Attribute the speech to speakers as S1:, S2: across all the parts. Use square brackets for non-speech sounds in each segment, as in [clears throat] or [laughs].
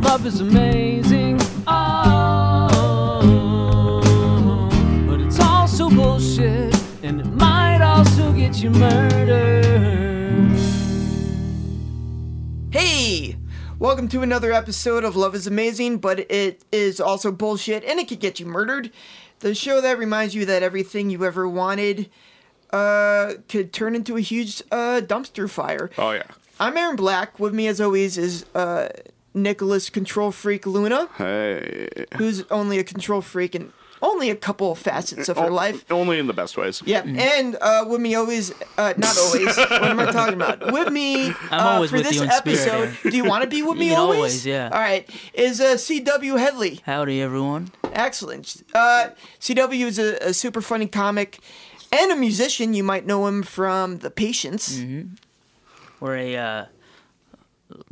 S1: love is amazing. Oh, but it's also bullshit, and it might also get you murdered.
S2: Hey! Welcome to another episode of Love is Amazing, but it is also bullshit and it could get you murdered. The show that reminds you that everything you ever wanted uh, could turn into a huge uh, dumpster fire.
S3: Oh yeah.
S2: I'm Aaron Black. With me, as always, is uh, Nicholas Control Freak Luna,
S3: Hey.
S2: who's only a control freak in only a couple of facets of her
S3: O-
S2: life.
S3: Only in the best ways.
S2: Yeah, and uh, with me always, uh,
S4: [laughs]
S2: not always. what am I talking about? With me
S4: I'm
S2: uh,
S4: always
S2: for
S4: with
S2: this
S4: you in spirit,
S2: episode. do you want to
S4: [laughs]
S2: be with me
S4: can
S2: always?
S4: always, yeah.
S2: All right. Is uh, C.W. Headley
S4: Howdy, everyone.
S2: excellent? Uh, C.W. is a, a super funny comic and a musician. You might know him from The Patients.
S4: Mm-hmm. We're a uh,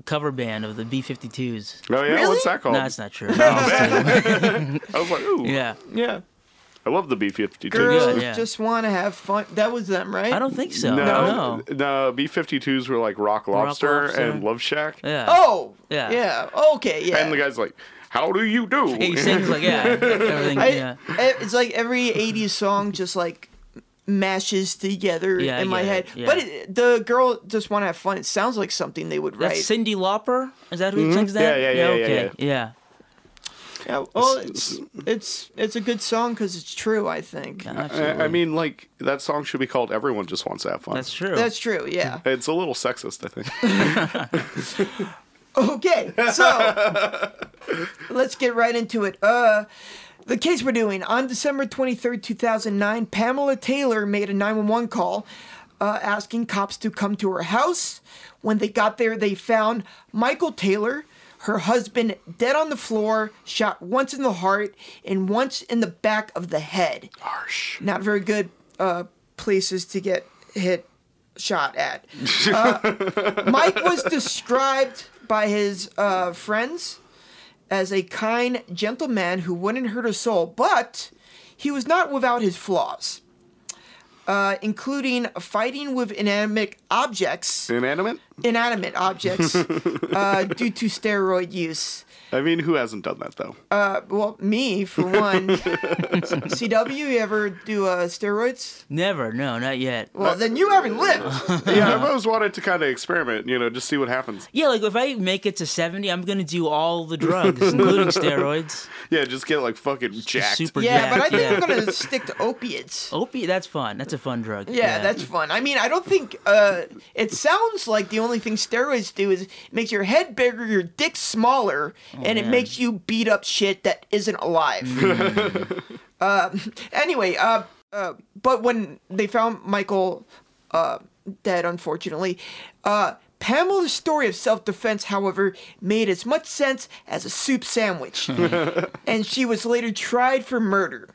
S4: cover band of the B 52s.
S3: Oh yeah.
S2: Really?
S3: What's that called?
S4: No, that's not
S3: [laughs]
S4: true.
S3: I was like, ooh.
S4: yeah.
S2: Yeah.
S3: I love the B52s.
S2: Girls
S4: Yeah, yeah.
S2: just want to have fun. That was them, right?
S4: I don't think so.
S3: No,
S4: No.
S3: no, B52s were like Rock Lobster,
S4: Lobster.
S3: and Love Shack.
S4: Yeah.
S2: Oh.
S4: Yeah.
S2: Yeah. Okay. Yeah.
S3: And the guy's like, how do you do?
S4: Yeah, he sings like, yeah. Everything,
S2: I, e,
S4: yeah.
S2: It's like every 80s song just like mashes together
S4: Yeah, I
S2: in my
S4: get
S2: head.
S4: it, yeah.
S2: But it, the girl just want to have fun. It sounds like something they would
S4: That's
S2: write.
S4: Cindy Lauper? Is that who sings that?
S3: Mm-hmm. Yeah, yeah, yeah, yeah,
S4: okay. Yeah.
S2: Yeah, well, it's, it's it's a good song because it's true, I think.
S3: [laughs] I,
S4: Absolutely.
S3: I mean, like that song should be called "Everyone Just Wants to Have Fun."
S4: That's true.
S2: That's true, yeah.
S3: It's a little sexist, I
S4: [laughs]
S3: think.
S2: Okay, so let's get right into it. Uh, the case we're doing on December 23rd, 2009, Pamela Taylor made a 911 call uh, asking cops to come to her house. When they got there, they found Michael Taylor, her husband, dead on the floor, shot once in the heart and once in the back of the head.
S3: Harsh.
S2: Not very good uh, places to get hit, shot at. Uh, Mike was described by his uh, friends as a kind, gentle man who wouldn't hurt a soul, but he was not without his flaws, uh, including fighting with inanimate objects,
S3: Inanimate.
S2: inanimate objects, uh, due to steroid use.
S3: I mean, who hasn't done that though?
S2: Uh, well, me for one. CW, you ever do uh, steroids?
S4: Never. No, not yet.
S2: Well, then you haven't lived.
S3: yeah, I've always wanted to kind of experiment, you know, just see what happens.
S4: Yeah, like if I make it to 70, I'm going to do all the drugs, including steroids.
S3: Yeah, just get like fucking jacked.
S4: Super
S2: Yeah,
S4: jacked,
S2: but I think
S4: yeah.
S2: I'm gonna stick to opiates.
S4: Opie, that's fun. That's a fun drug.
S2: Yeah, that's fun. I mean, I don't think uh, it sounds like the only thing steroids do is it makes your head bigger, your dick smaller, and it
S4: man.
S2: makes you beat up shit that isn't alive. uh, [laughs] anyway, uh, uh, but when they found Michael uh, dead, unfortunately, uh, Pamela's story of self defense, however, made as much sense as a soup sandwich. and she was later tried for murder.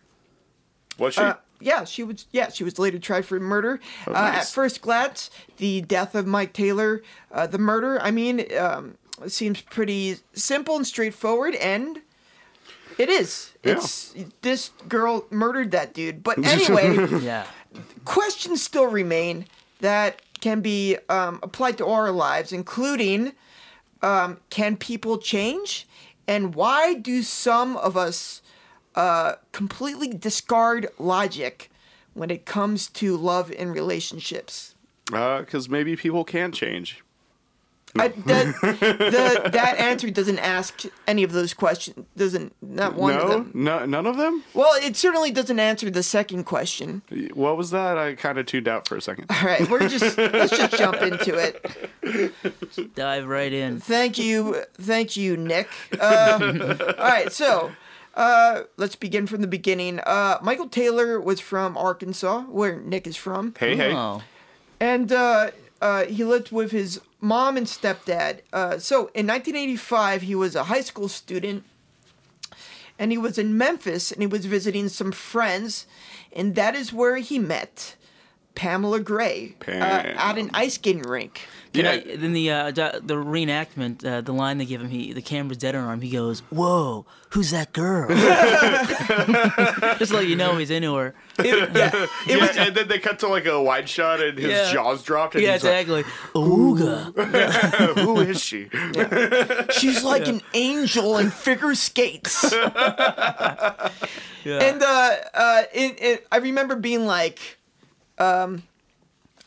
S3: Was she?
S2: Uh, yeah, she was. Yeah, she was later tried for murder. uh, at
S3: Oh, nice.
S2: first glance, the death of Mike Taylor, uh, the murder. I mean, um, seems pretty simple and straightforward, and it is.
S3: Yeah.
S2: It's this girl murdered that dude.
S3: [laughs]
S2: But anyway,
S4: [laughs] Yeah.
S2: questions still remain that can be um, applied to our lives, including um, can people change, and why do some of us uh, completely discard logic when it comes to love and relationships?
S3: Because Uh, maybe people can change.
S2: I, that, the, that answer doesn't ask any of those questions. Doesn't not one of
S3: No,
S2: them.
S3: no, none of them.
S2: Well, it certainly doesn't answer the second question.
S3: What was that? I kind of tuned out for a second.
S2: All right, we're just let's just jump into it.
S4: Dive right in.
S2: Thank you, thank you, Nick. Uh, all right, so uh, let's begin from the beginning. Uh, Michael Taylor was from Arkansas, where Nick is from,
S3: Hey, hey.
S4: Oh.
S2: and uh, uh, he lived with his mom and stepdad. Uh, so in 1985, he was a high school student, and he was in Memphis, and he was visiting some friends, and that is where he met Pamela Gray uh,
S3: Pam.
S2: at an ice skating rink.
S4: Can
S3: Yeah.
S4: I, then the uh, do- the reenactment, uh, the line they give him, he the camera's dead on him. He goes, "Whoa, who's that girl?" Just to let you know he's into her. [laughs]
S2: It- yeah, it
S3: yeah,
S2: was-
S3: and then they cut to like a wide shot, and his
S4: Yeah.
S3: jaws dropped. And
S4: Yeah,
S3: he's like,
S4: exactly. Ooga.
S3: "Who is she?"
S2: she's like an angel in figure skates.
S4: Yeah.
S2: and uh, uh, it, it, I remember being like, um,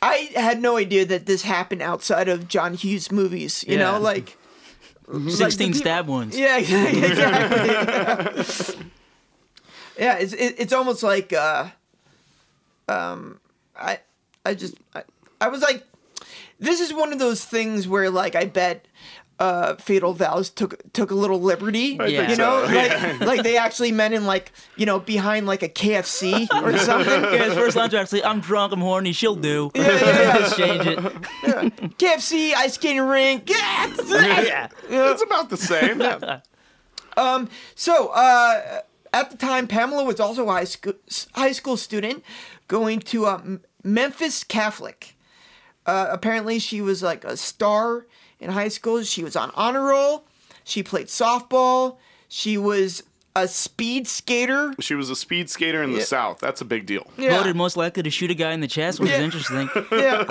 S2: I had no idea that this happened outside of John Hughes movies. You
S4: Yeah.
S2: know, like
S4: Sixteen
S2: like the peop-
S4: stab wounds.
S2: [laughs] yeah, exactly. yeah, it's it, it's almost like uh, um, I I just I, I was like, this is one of those things where like I bet. Uh, Fatal Vows took took a little liberty,
S4: think
S2: you know,
S3: so,
S2: like, like they actually meant in like you know behind like a KFC or something.
S4: Yeah, his [laughs] first lines are actually, "I'm drunk, I'm horny, she'll do."
S2: yeah,
S4: [laughs]
S2: yeah.
S4: Just change it.
S2: KFC ice skating rink.
S4: Yeah.
S3: It's about the same. Yeah.
S2: So, uh, at the time, Pamela was also a high school, high school student going to uh, M- Memphis Catholic. Uh, apparently, she was like a star in high school. She was on honor roll. She played softball. She was a speed skater.
S3: She was a speed skater in the
S2: Yeah.
S3: South. That's a big deal.
S2: Yeah.
S4: Voted most likely to shoot a guy in the chest, which
S2: Yeah.
S4: is
S2: [laughs]
S4: interesting.
S2: Yeah.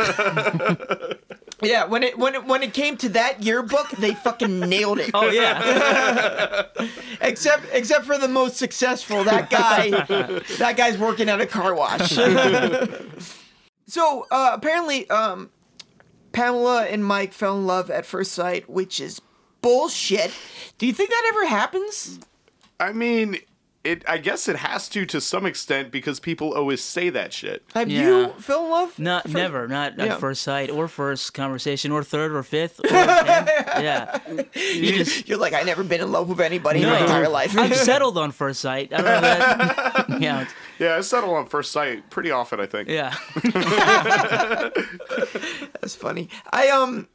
S2: yeah. When it when it when it came to that yearbook, they fucking nailed it.
S4: Oh yeah.
S2: except except for the most successful that guy that guy's working at a car wash [laughs] so uh, apparently um, pamela and mike fell in love at first sight which is bullshit do you think that ever happens
S3: I mean, it. I guess it has to to some extent because people always say that shit.
S2: have
S4: Yeah.
S2: you fell in
S4: [laughs]
S2: love
S4: Not
S2: at fir-
S4: never, not
S2: Yeah.
S4: at first sight, or first conversation, or third, or
S2: [laughs]
S4: fifth, or tenth. Yeah. You just
S2: [laughs] you're like i've never been in love with anybody in my
S4: No.
S2: entire life
S4: I've settled on first sight. I don't know
S2: [laughs]
S4: that. yeah,
S3: Yeah, I settle on first sight pretty often. I think.
S4: yeah.
S2: That's funny. I um,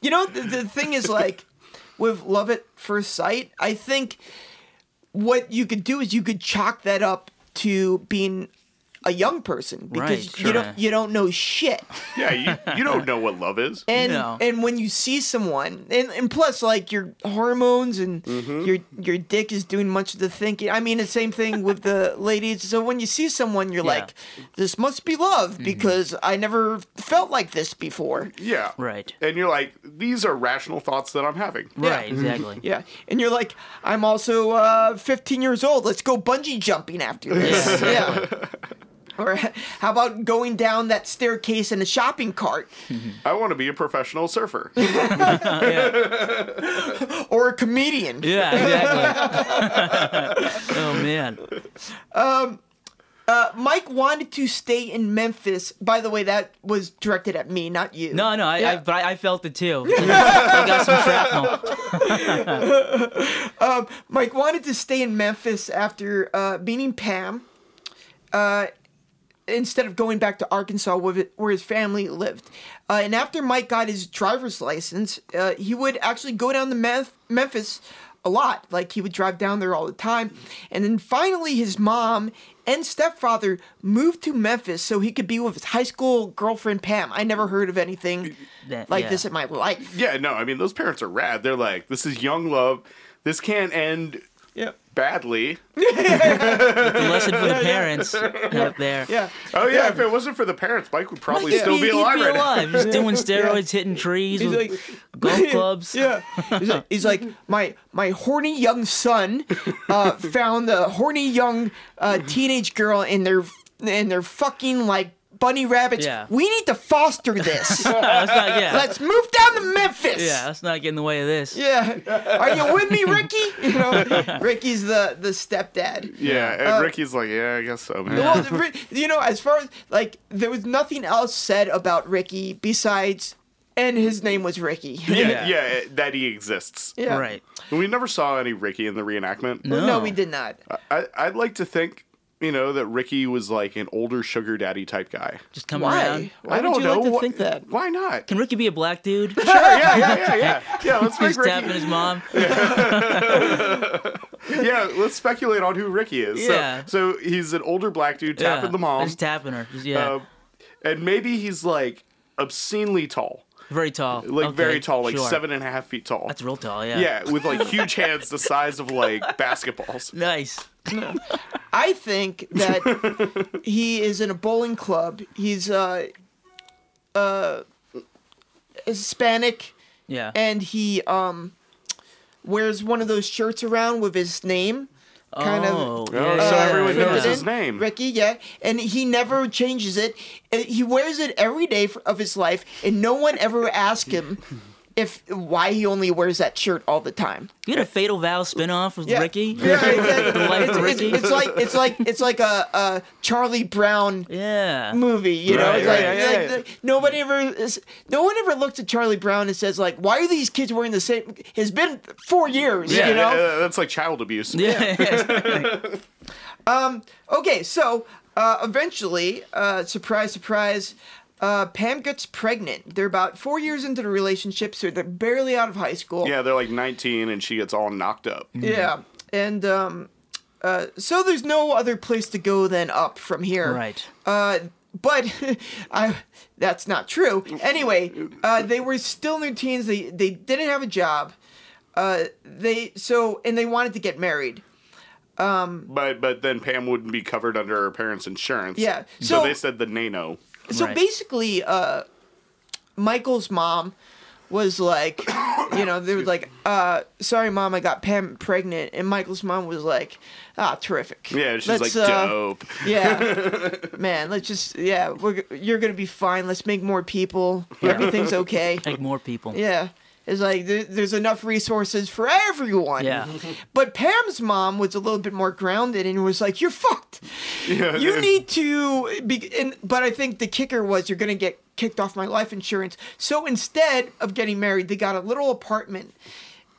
S2: you know the, the thing is like with love at first sight. I think what you could do is you could chalk that up to being a young person because
S4: Right,
S2: you
S4: sure.
S2: don't you don't know shit.
S3: Yeah, you, you don't know what love is.
S2: And
S4: No.
S2: and when you see someone and, and plus like your hormones and your your dick is doing much of the thinking. I mean the same thing
S4: [laughs]
S2: with the ladies. So when you see someone you're
S4: Yeah. Mm-hmm.
S2: like this must be love because I never felt like this before.
S3: Yeah.
S4: Right.
S3: And you're like, these are rational thoughts that I'm having.
S4: Right, exactly.
S2: Yeah, and you're like, I'm also uh, 15 years old. Let's go bungee jumping after this. yeah. Or how about going down that staircase in a shopping cart
S3: I want to be a professional surfer.
S4: yeah.
S2: or a comedian?
S4: Yeah,
S2: [laughs]
S4: exactly. oh man.
S2: Uh, Mike wanted to stay in Memphis. By the way, that was directed at me, not you.
S4: No, no, I, I
S2: Yeah.
S4: but I, I felt it
S2: [laughs]
S4: too. I got some shrapnel.
S2: Mike wanted to stay in Memphis after uh, meeting Pam, uh, instead of going back to Arkansas where, it- where his family lived. Uh, and after Mike got his driver's license, uh, he would actually go down to Memph- Memphis a lot. Like he would drive down there all the time. And then finally, his mom and stepfather moved to Memphis so he could be with his high school girlfriend Pam. I never heard of anything
S4: That-
S2: like
S4: yeah.
S2: this in my life.
S3: yeah, no, I mean, those parents are rad. They're like, this is young love. This can't end
S2: Yeah.
S3: [laughs] badly.
S4: The lesson for the parents out there.
S2: Yeah.
S3: Oh, yeah, if it wasn't for the parents, Mike would probably
S2: Mike
S3: still
S4: He'd
S3: be alive
S4: be
S3: right now.
S4: alive. Just
S2: [laughs]
S4: doing steroids, hitting trees,
S2: He's
S4: with
S2: like-
S4: golf clubs.
S2: [laughs] Yeah. He's like, he's like, my my horny young son uh, found the horny young uh, teenage girl and they're and they're fucking like bunny rabbits.
S4: Yeah.
S2: We need to foster
S3: [laughs]
S2: this.
S4: Let's not, yeah.
S2: Let's move down to Memphis.
S4: yeah, let's not get in the way of this.
S2: Yeah. Are you with me, Ricky? You
S3: [laughs]
S2: know, Ricky's the the stepdad.
S3: [laughs] Yeah, and Ricky's like, yeah, I guess so, man.
S2: Well, Ri- you know, as far as like, there was nothing else said about Ricky besides, and his name was Ricky.
S3: Yeah,
S4: Yeah.
S3: yeah, that he exists.
S2: [laughs] Yeah.
S4: Right.
S3: We never saw any Ricky in the reenactment.
S2: No.
S4: No.
S2: we did not.
S3: I, I'd like to think, you know, that Ricky was like an older sugar daddy type guy.
S4: Just come
S2: Why?
S4: around.
S2: Why
S3: I don't
S2: would you
S3: know.
S2: like to
S3: why-
S2: think that?
S3: Why not?
S4: Can Ricky be a black
S3: [laughs]
S4: dude?
S3: Sure, yeah, yeah, yeah,
S2: [laughs]
S3: yeah. Yeah, let's make
S4: He's tapping
S3: Ricky.
S4: his mom.
S3: [laughs] Yeah, let's speculate on who Ricky is. So-
S4: Yeah.
S3: So, he's an older black dude tapping
S4: yeah.
S3: the mom.
S4: Just tapping her. Just, yeah.
S3: Um, and maybe he's like obscenely tall,
S4: Very tall.
S3: like
S4: Okay,
S3: very tall, like
S4: sure.
S3: seven and a half feet tall.
S4: That's real tall. Yeah.
S3: yeah, with like huge hands the size
S2: [laughs]
S3: of like basketballs.
S4: Nice.
S2: I think that he is in a bowling club. He's uh, uh, Hispanic,
S4: Yeah.
S2: and he um, wears one of those shirts around with his name. Kind
S4: Oh,
S2: of.
S4: yeah,
S3: Oh, so
S4: yeah,
S3: everyone
S4: yeah.
S3: knows
S2: printed
S3: his
S2: in.
S3: name.
S2: Ricky, yeah, and he never changes it. And He wears it every day for, of his life, and no one ever asks him if why he only wears that shirt all the time.
S4: You had a Fatal Vow spinoff with
S2: Yeah.
S4: Ricky.
S2: Yeah, exactly.
S4: The life
S2: it's,
S4: of
S2: it's-
S4: Ricky.
S2: it's like it's like it's like a, a Charlie Brown
S4: Yeah.
S2: movie. You know,
S3: Right,
S2: It's like,
S3: right,
S2: like,
S3: right.
S2: like, nobody ever is, no one ever looks at Charlie Brown and says like, "Why are these kids wearing the same?" It's been four years.
S3: Yeah,
S2: you know.
S3: uh, that's like child abuse.
S4: Yeah. [laughs]
S2: Okay, so uh, eventually, uh, surprise, surprise, uh, Pam gets pregnant. They're about four years into the relationship, so they're barely out of high school.
S3: Yeah, they're like 19 and she gets all knocked up.
S2: Yeah. And um, uh, so there's no other place to go than up from here.
S4: Right.
S2: Uh, but [laughs] I, that's not true. Anyway, uh, they were still new teens. They they didn't have a job. Uh, they so and they wanted to get married.
S3: But but then Pam wouldn't be covered under her parents' insurance.
S2: Yeah,
S3: So,
S2: so-
S3: they said the nano.
S2: So
S4: Right.
S2: basically, uh, Michael's mom was like, [coughs] you know, they were like, uh, sorry, mom, I got Pam pregnant. And Michael's mom was like, ah, terrific.
S3: Yeah, she's
S2: Let's,
S3: like
S2: uh,
S3: dope.
S2: Yeah.
S3: [laughs]
S2: Man, let's just, yeah, we're, g- you're going to be fine. Let's make more people. Everything's
S3: [laughs]
S2: okay.
S4: Like more people.
S2: Yeah. It's like there, there's enough resources for everyone.
S3: [laughs]
S4: Yeah.
S2: But Pam's mom was a little bit more grounded and was like, "You're fucked.
S3: [laughs] Yeah.
S2: You need to." Be, and, but I think the kicker was you're gonna get kicked off my life insurance. So instead of getting married, they got a little apartment,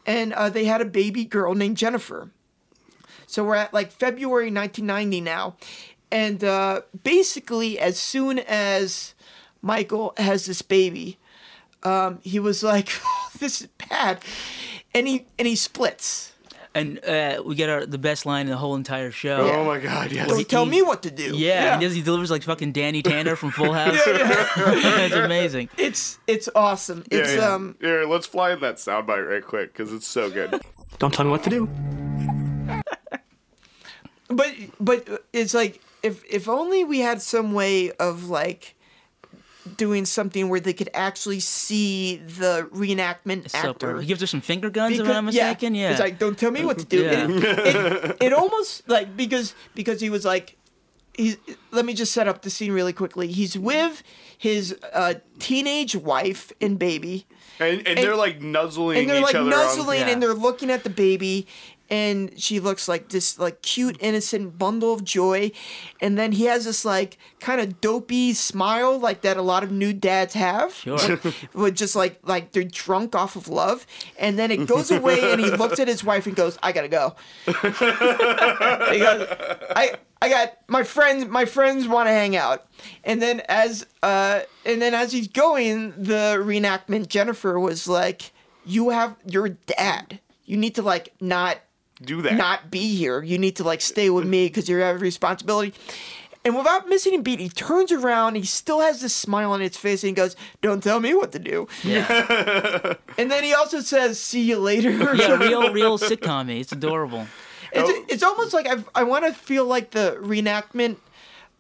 S2: and uh, they had a baby girl named Jennifer. So we're at like February 1990 now, and uh, basically as soon as Michael has this baby, um, he was like, [laughs] "Oh, "This is bad," and he and he splits.
S4: And uh, we get our the best line in the whole entire show.
S3: Oh
S2: yeah.
S3: my god, yes.
S2: Don't tell me what to do.
S4: Yeah, and does- he delivers like fucking Danny Tanner from
S3: [laughs]
S4: Full House. [laughs] That's amazing.
S2: It's it's awesome.
S3: Yeah,
S2: It's
S3: yeah.
S2: um
S3: Here, let's fly in that soundbite right quick because it's so good.
S5: Don't tell me what to do.
S2: but but it's like if if only we had some way of like doing something where they could actually see the reenactment
S4: Super.
S2: actor.
S4: He gives her some finger guns, if
S2: Because-
S4: I'm not mistaken. Yeah.
S2: It's like don't tell me what to do.
S4: Yeah.
S2: It, it, it almost like because because he was like he's let me just set up the scene really quickly. He's with his uh, teenage wife and baby.
S3: And, and, they're like nuzzling
S2: and they're
S3: each
S2: like
S3: other.
S2: nuzzling
S4: Yeah.
S2: and they're looking at the baby and she looks like this like cute innocent bundle of joy and then he has this like kind of dopey smile like that a lot of new dads have
S4: Sure.
S2: with just like like they're drunk off of love and then it goes away and he looks at his wife and goes i gotta go [laughs] he goes, i i got my friends my friends want to hang out and then as uh and then as he's going the reenactment jennifer was like you have your dad you need to like not
S3: On. Do that.
S2: not be here. You need to like stay with me because you have a responsibility. And without missing a beat, he turns around. He still has this smile on his face, and he goes, "Don't tell me what to do."
S4: yeah.
S2: And then he also says, "See you later."
S4: [laughs] yeah, real, real sitcom. It's adorable.
S2: [laughs] it's, it's almost like I've, I want to feel like the reenactment.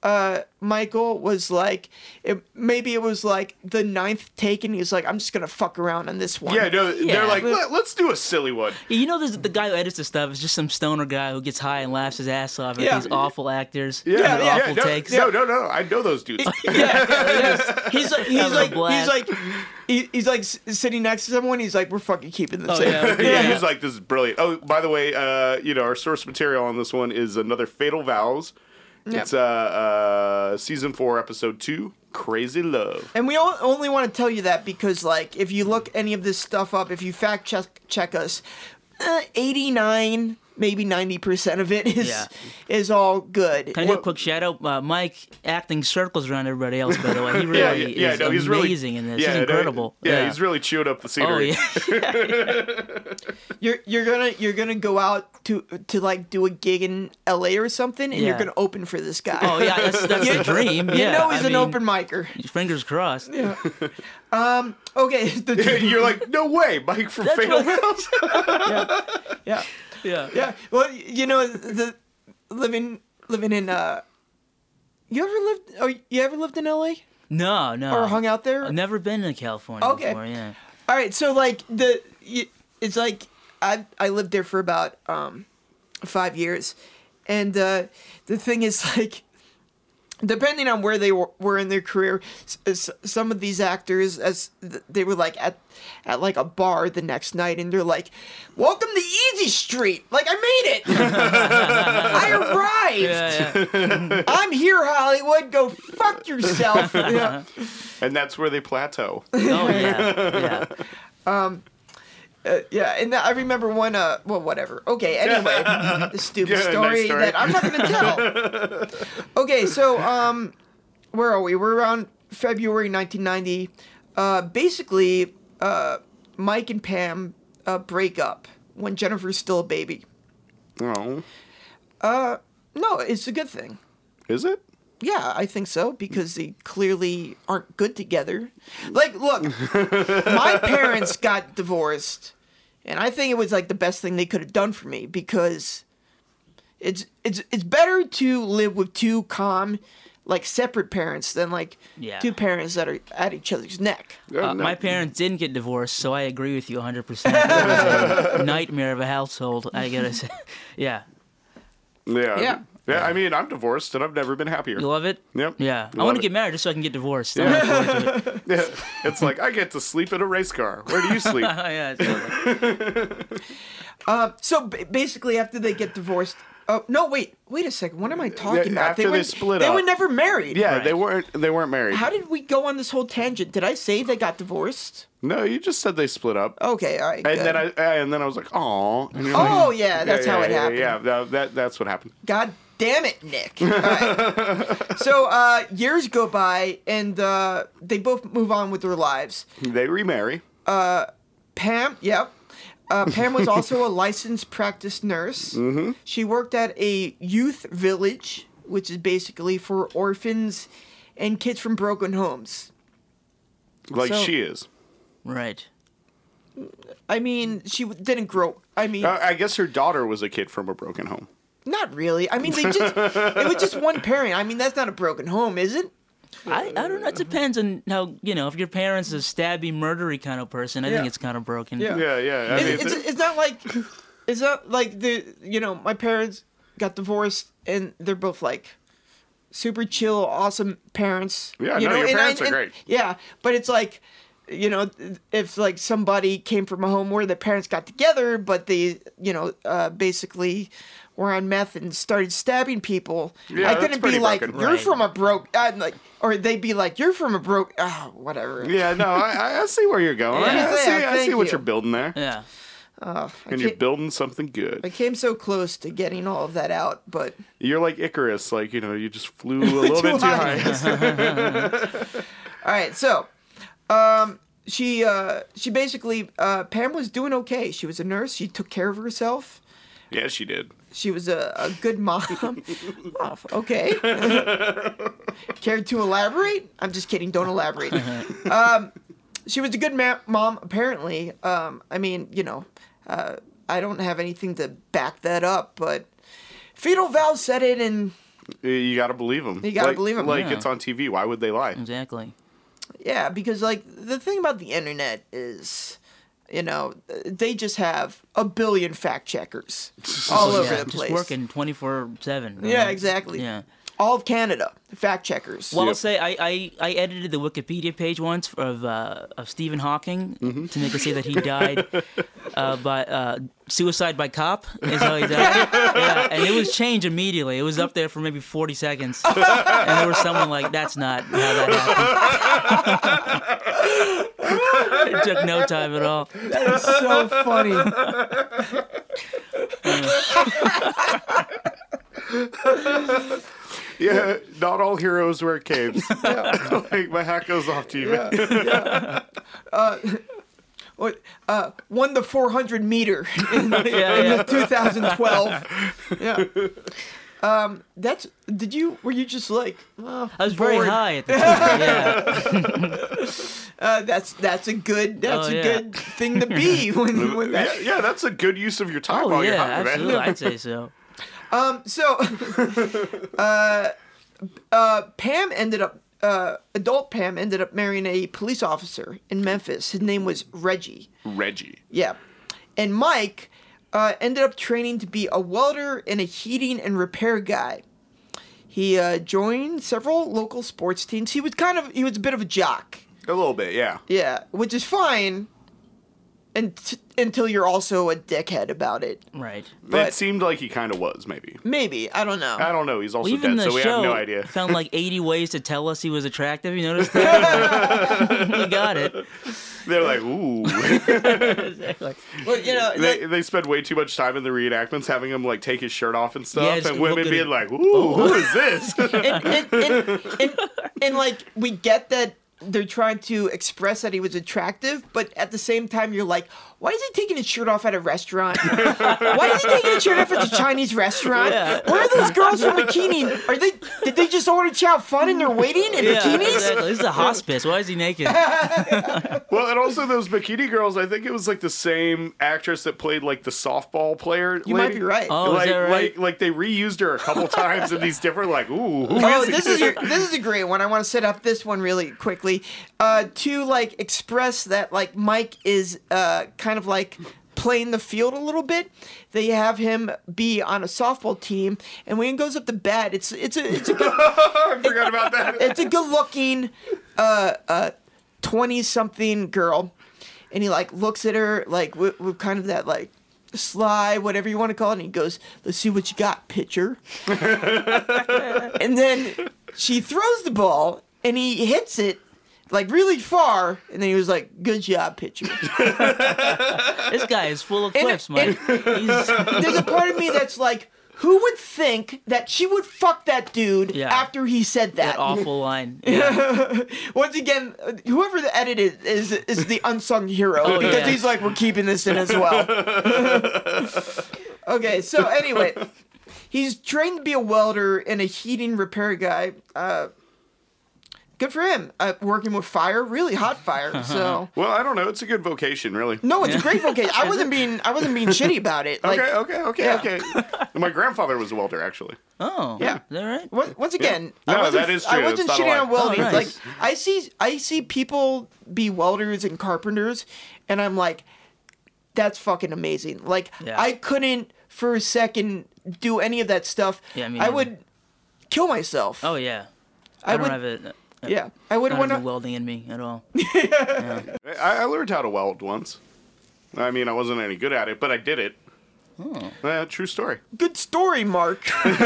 S2: Uh, Michael was like, it, maybe it was like the ninth take, and he was like, "I'm just gonna fuck around on this one."
S3: yeah, no,
S4: Yeah.
S3: they're like, Let, us do a silly one.
S4: Yeah, You know, there's the guy who edits the stuff is just some stoner guy who gets high and laughs his ass off at
S2: Yeah.
S4: these awful actors.
S3: Yeah,
S4: and
S2: yeah,
S4: awful
S3: no,
S4: takes.
S3: No, no, no. I know those
S4: [laughs]
S3: dudes.
S2: he's like,
S4: Having
S2: he's
S4: a
S2: like, he's
S4: blast.
S2: like, he- he's like s- sitting next to someone. He's like, "We're fucking keeping this."
S4: Oh,
S2: in."
S4: yeah.
S3: yeah,
S4: Yeah.
S3: he was like, "This is brilliant." Oh, by the way, uh, you know our source material on this one is another Fatal Vows. It's uh, uh, season four, episode two, Crazy Love.
S2: And we all, only want to tell you that because, like, if you look any of this stuff up, if you fact check, check us, uh, 89 maybe 90% of it is
S4: Yeah.
S2: is all good.
S4: Can I do a quick shout out? Uh, Mike acting circles around everybody else, by the way. He really
S3: yeah, yeah, yeah,
S4: is
S3: no, he's really
S4: amazing in this.
S3: Yeah,
S4: he's
S3: no,
S4: incredible.
S3: yeah, he's really chewed up the
S4: Oh,
S3: scenery.
S4: yeah.
S3: [laughs]
S2: You're you're gonna you're gonna go out to to like do a gig in L.A. or something, and you're
S4: Yeah.
S2: gonna open for this guy.
S4: Oh, yeah, that's, that's the dream. Yeah,
S2: [laughs] you know he's
S4: I
S2: an
S4: mean,
S2: open micer.
S4: Fingers crossed.
S2: Okay, [laughs]
S4: [laughs]
S2: the,
S3: You're like, no way, Mike from
S4: That's
S3: Fatal
S4: what-
S3: House.
S2: yeah.
S4: Yeah.
S2: Yeah. Well, you know, the living living in uh you ever lived oh you ever lived in LA
S4: No, Um, no.
S2: or hung out there?
S4: I've never been to California
S2: Okay.
S4: before, yeah.
S2: All right, so like the y- it's like I I lived there for about um 5 years. And uh the thing is [laughs] like depending on where they were, were in their career s- s- some of these actors as th- they were like at at like a bar the next night and they're like welcome to easy street like i made it [laughs] i arrived
S4: Yeah, yeah.
S2: I'm here, Hollywood. Go fuck yourself. Yeah.
S3: [laughs] and that's where they
S4: [laughs]
S3: plateau.
S4: Oh, yeah.
S3: [laughs]
S4: Yeah.
S2: Uh, yeah, and I remember one. Uh, well, whatever. Okay, anyway,
S3: [laughs]
S2: a stupid
S3: Yeah, nice
S2: story,
S3: story.
S2: that I'm not gonna tell.
S3: [laughs]
S2: okay, so um, where are we? We're around February 1990. Uh, basically, uh, Mike and Pam uh, break up when Jennifer's still a baby.
S3: Oh,
S2: No, it's a good thing.
S3: is it?
S2: Yeah, I think so because they clearly aren't good together. Like, look,
S3: [laughs]
S2: my parents got divorced, and I think it was like the best thing they could have done for me because it's it's it's better to live with two calm, like separate parents than like
S4: Yeah.
S2: two parents that are at each other's neck.
S3: Oh,
S4: Uh,
S3: no.
S4: My parents didn't get divorced, so I agree with you 100%. It was
S3: [laughs]
S4: a nightmare of a household, I gotta say. [laughs] Yeah.
S3: Yeah.
S2: Yeah.
S3: I mean, I'm divorced and I've never been happier.
S4: You love it?
S3: Yep.
S4: Yeah. I
S3: Love
S4: want to
S3: it.
S4: get married just so I can get divorced. I'm
S3: Yeah.
S4: looking forward to it.
S3: Yeah. [laughs] It's like I get to sleep in a race car. Where do you [laughs]
S4: [laughs]
S3: sleep?
S4: Oh, yeah, totally.
S2: So ba- basically, after they get divorced. Oh no! Wait, wait a second. What am I talking about?
S3: after they split
S2: they were
S3: up.
S2: never married.
S3: Yeah,
S4: Right.
S3: they weren't they weren't married.
S2: How did we go on this whole tangent? Did I say they got divorced?
S3: no, you just said they split up.
S2: Okay, all right.
S3: and
S2: good.
S3: then I I- and then I was like, "Aw." And you're like,
S2: Oh yeah, that's how it
S3: yeah,
S2: happened.
S3: Yeah, that, that that's what happened.
S2: God damn it,
S3: [laughs]
S2: Nick. All right. so uh, years go by, and uh, they both move on with their lives.
S3: They remarry.
S2: Pam, yep. Uh, Pam was
S3: [laughs]
S2: also a licensed practice nurse. Mm-hmm. She worked at a youth village, which is basically for orphans and kids from broken homes.
S3: Like
S2: So-
S3: she is.
S4: Right.
S2: I mean, she w- didn't grow. I mean,
S3: Uh, I guess her daughter was a kid from a broken home.
S2: not really. I mean, they just—it was
S3: [laughs]
S2: just one parent. I mean, that's not a broken home, is it?
S4: I, I don't know. It depends on how, you know, if your parents are stabby, murdery kind of person, I
S2: Yeah.
S4: think it's kind of broken.
S2: Yeah.
S3: Yeah, yeah. I mean,
S2: It- it's, it's, not like it's not like the you know my parents got divorced and they're both like super chill awesome parents
S3: Yeah,
S2: you
S3: no,
S2: know?
S3: your
S2: and I-
S3: parents are
S2: and-
S3: great.
S2: yeah but it's like you know if like somebody came from a home where the parents got together but they you know uh, basically were on meth and started stabbing people
S3: Yeah,
S2: i
S3: that's
S2: couldn't be
S3: pretty
S2: like
S3: broken.
S2: you're
S4: Right.
S2: from a broke I'm like or they'd be like you're from a broke ah whatever
S3: yeah, no, I, I- I see where you're going.
S4: Yeah.
S3: I see,
S2: Yeah,
S3: I see
S2: thank
S3: what
S2: you.
S3: you're building there.
S4: Yeah.
S3: And you're
S2: can't-
S3: building something
S2: i
S3: good.
S2: came so close to getting all of that out but
S3: You're like Icarus, like, you know, you just flew
S2: [laughs]
S3: a little bit too
S2: high.
S3: high.
S2: [laughs] All right, so um, she uh, she basically uh, Pam was doing okay. She was a nurse. She took care of herself.
S3: Yeah, she did.
S2: She was a, a good mom. Oh, okay. Care to elaborate? I'm just kidding. Don't elaborate. Um, she was a good ma- mom, apparently. Um, I mean, you know, uh, I don't have anything to back that up, but fetal valve said it, and
S3: You gotta believe them.
S2: You gotta believe 'em.
S3: Like
S4: Yeah.
S3: it's on TV. Why would they lie?
S4: Exactly.
S2: Yeah, because like the thing about the internet is, you know, they just have a
S4: [laughs]
S2: billion fact checkers all over
S4: yeah.
S2: the
S4: Just
S2: place.
S4: working 24 7.
S2: Yeah, exactly.
S4: Yeah.
S2: all of Canada, fact checkers.
S4: Well, I'll
S3: Yep.
S4: say I, I, I edited the Wikipedia page once of uh, of Stephen Hawking
S3: Mm-hmm.
S4: to make it say that he
S3: [laughs]
S4: died uh, by uh, suicide by cop is how he
S3: [laughs]
S4: died. yeah, and it was changed immediately. It was up there for maybe forty seconds,
S3: [laughs]
S4: and there was someone like, "That's not how that happened." [laughs] it took no time at all.
S2: That is so funny.
S3: Yeah, [laughs] not all heroes
S4: [laughs]
S3: wear capes. [laughs] like, my hat goes off to you, man. [laughs]
S2: What, uh, won the 400 meter [laughs]
S4: [laughs]
S2: in
S4: Yeah, yeah. [laughs]
S2: 2012. Yeah. Um, that's. Did you? Were you just like? Oh,
S4: I was very
S2: bored.
S4: high at the time.
S3: [laughs]
S4: Yeah.
S2: Uh, that's that's a good. That's
S4: Oh,
S2: a
S4: yeah.
S2: good thing to be [laughs] when
S4: [laughs]
S2: when that
S3: Yeah, yeah, that's a good use of your time
S4: Oh
S3: while
S4: yeah,
S3: you're high,
S4: absolutely.
S3: man.
S4: I'd say so.
S2: So, [laughs] uh, uh, Pam ended up, uh, adult Pam ended up marrying a police officer in Memphis. His name was Reggie.
S3: [laughs] Reggie.
S2: Yeah. And Mike uh, ended up training to be a welder and a heating and repair guy. He uh, joined several local sports teams. He was kind of, he was a bit of a jock.
S3: A little bit, yeah.
S2: Yeah. Which is fine unt until you're also a dickhead about it.
S4: Right.
S3: it
S2: But-
S3: seemed like he kind of was, maybe.
S2: Maybe. I don't know.
S3: I don't know. He's also
S4: Well, even
S3: dead,
S4: the
S3: so we
S4: show
S3: have no idea.
S4: found
S3: [laughs]
S4: like 80 ways to tell us he was attractive. You noticed that? [laughs] we got it.
S3: They're like, ooh.
S4: [laughs]
S3: [laughs]
S4: Exactly.
S2: But, you know,
S3: they, they spend way too much time in the reenactments having him like take his shirt off and
S4: Yeah,
S3: stuff,
S4: just
S3: and
S4: look
S3: women
S4: at Oh.
S3: being
S4: him.
S3: like, ooh, who
S4: [laughs]
S3: is this?
S2: and, and, and, and, and like we get that they're trying to express that he was attractive, but at the same time you're like, why is he taking his shirt off at a restaurant? why is he taking his shirt off at the Chinese restaurant?
S4: Yeah.
S2: Where are those girls from bikini? Are they did they just order chow fun and they're waiting in
S4: Yeah,
S2: bikinis?
S4: exactly. This is a hospice. Why is he naked?
S3: well, and also those bikini girls. I think it was like the same actress that played like the softball player.
S2: You might be right.
S4: Oh, is
S3: like,
S4: that right?
S3: like, like they reused her
S2: [laughs]
S3: a couple times in these different, like, ooh, who
S2: Oh,
S3: is
S2: this is your, this is a great one. I want to set up this one really quickly uh, to like express that like Mike is uh, kind of like playing the field a little bit. They have him be on a softball team, and when he goes up to bat, it's it's a it's a good,
S3: I forgot about that.
S2: it's a good looking twenty something girl, and he like looks at her like with, with kind of that like sly whatever you want to call it, and he goes, "Let's see what you
S4: [laughs]
S2: got, pitcher." and then she throws the ball, and he hits it like really far, and then he was like, "Good job, pitcher."
S4: This guy is full of
S2: And-
S4: clips, Mike. He's,
S2: There's a part of me that's like. Who would think that she would fuck that dude
S4: Yeah.
S2: after he said that?
S4: that awful line.
S2: [laughs]
S4: Yeah.
S2: Once again, whoever the edited is is the unsung hero
S4: Oh,
S2: because
S4: yeah.
S2: he's like, we're keeping this in as well. [laughs] okay, so anyway, he's trained to be a welder and a heating repair guy. Uh, good for him. Uh, working with fire, really hot
S4: [laughs]
S2: fire. So
S3: Well, I don't know. It's a good vocation, really.
S2: no, it's a great vocation. I wasn't being I wasn't being shitty about
S4: [laughs]
S2: it. Like,
S3: okay, okay, okay,
S2: yeah.
S3: okay.
S2: [laughs]
S3: My grandfather was a welder, actually.
S4: Oh,
S2: Yeah.
S4: yeah. Is that right?
S2: Once, once again,
S3: No,
S2: I wasn't,
S3: that is
S2: I
S3: true.
S2: wasn't
S3: That's not a
S2: shitting
S3: lie.
S2: on welding.
S4: Oh, nice.
S2: Like I see, I see people be welders and carpenters, and I'm like, that's fucking amazing. Like
S4: Yeah.
S2: I couldn't for a second do any of that stuff.
S4: Yeah, me
S2: I
S4: neither.
S2: would kill myself.
S4: Oh, yeah.
S2: I
S4: I, don't
S2: would-
S4: have it.
S2: yeah, I
S4: I
S2: would
S4: don't
S2: want
S4: have the
S2: to.
S4: welding in me at
S2: [laughs]
S4: all.
S3: I, I learned how to weld once. I mean, I wasn't any good at it, but I did it.
S2: Hmm.
S3: Uh, true story.
S2: Good
S4: [laughs]
S2: story, Mark. [laughs] Sorry,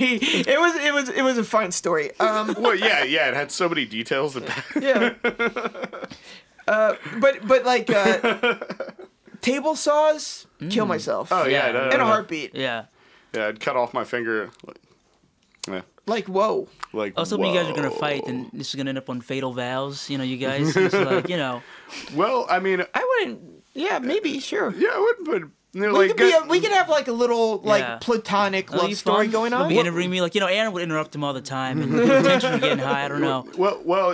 S2: it was it was it was a
S4: [laughs]
S2: fine story. Um,
S3: Well, yeah, yeah. It had so many details. [laughs] That,
S2: yeah. Uh, but but like uh, table saws, kill myself
S3: oh yeah,
S4: Yeah.
S3: no, no,
S2: in a
S3: no.
S2: heartbeat.
S4: Mm. Yeah.
S3: Yeah, I'd cut off my finger. like- Yeah,
S2: Like whoa,
S3: like.
S4: Also, Oh, you guys are gonna fight, and this is gonna end up on fatal vows. You know, you guys. It's like, you know,
S3: Well, I mean,
S2: I wouldn't. Yeah, maybe sure.
S3: yeah, I wouldn't put. You know,
S2: we
S3: like,
S2: could be.
S3: good-
S2: A, we could have like a little like
S4: Yeah.
S2: platonic
S4: it'll
S2: [laughs] love
S4: be
S2: story
S4: fun.
S2: going
S4: They'll
S2: on. [laughs]
S4: Be interviewing me like, you know, Aaron would interrupt him all the time, and the tension would be getting high. I don't know.
S3: [laughs] well, well,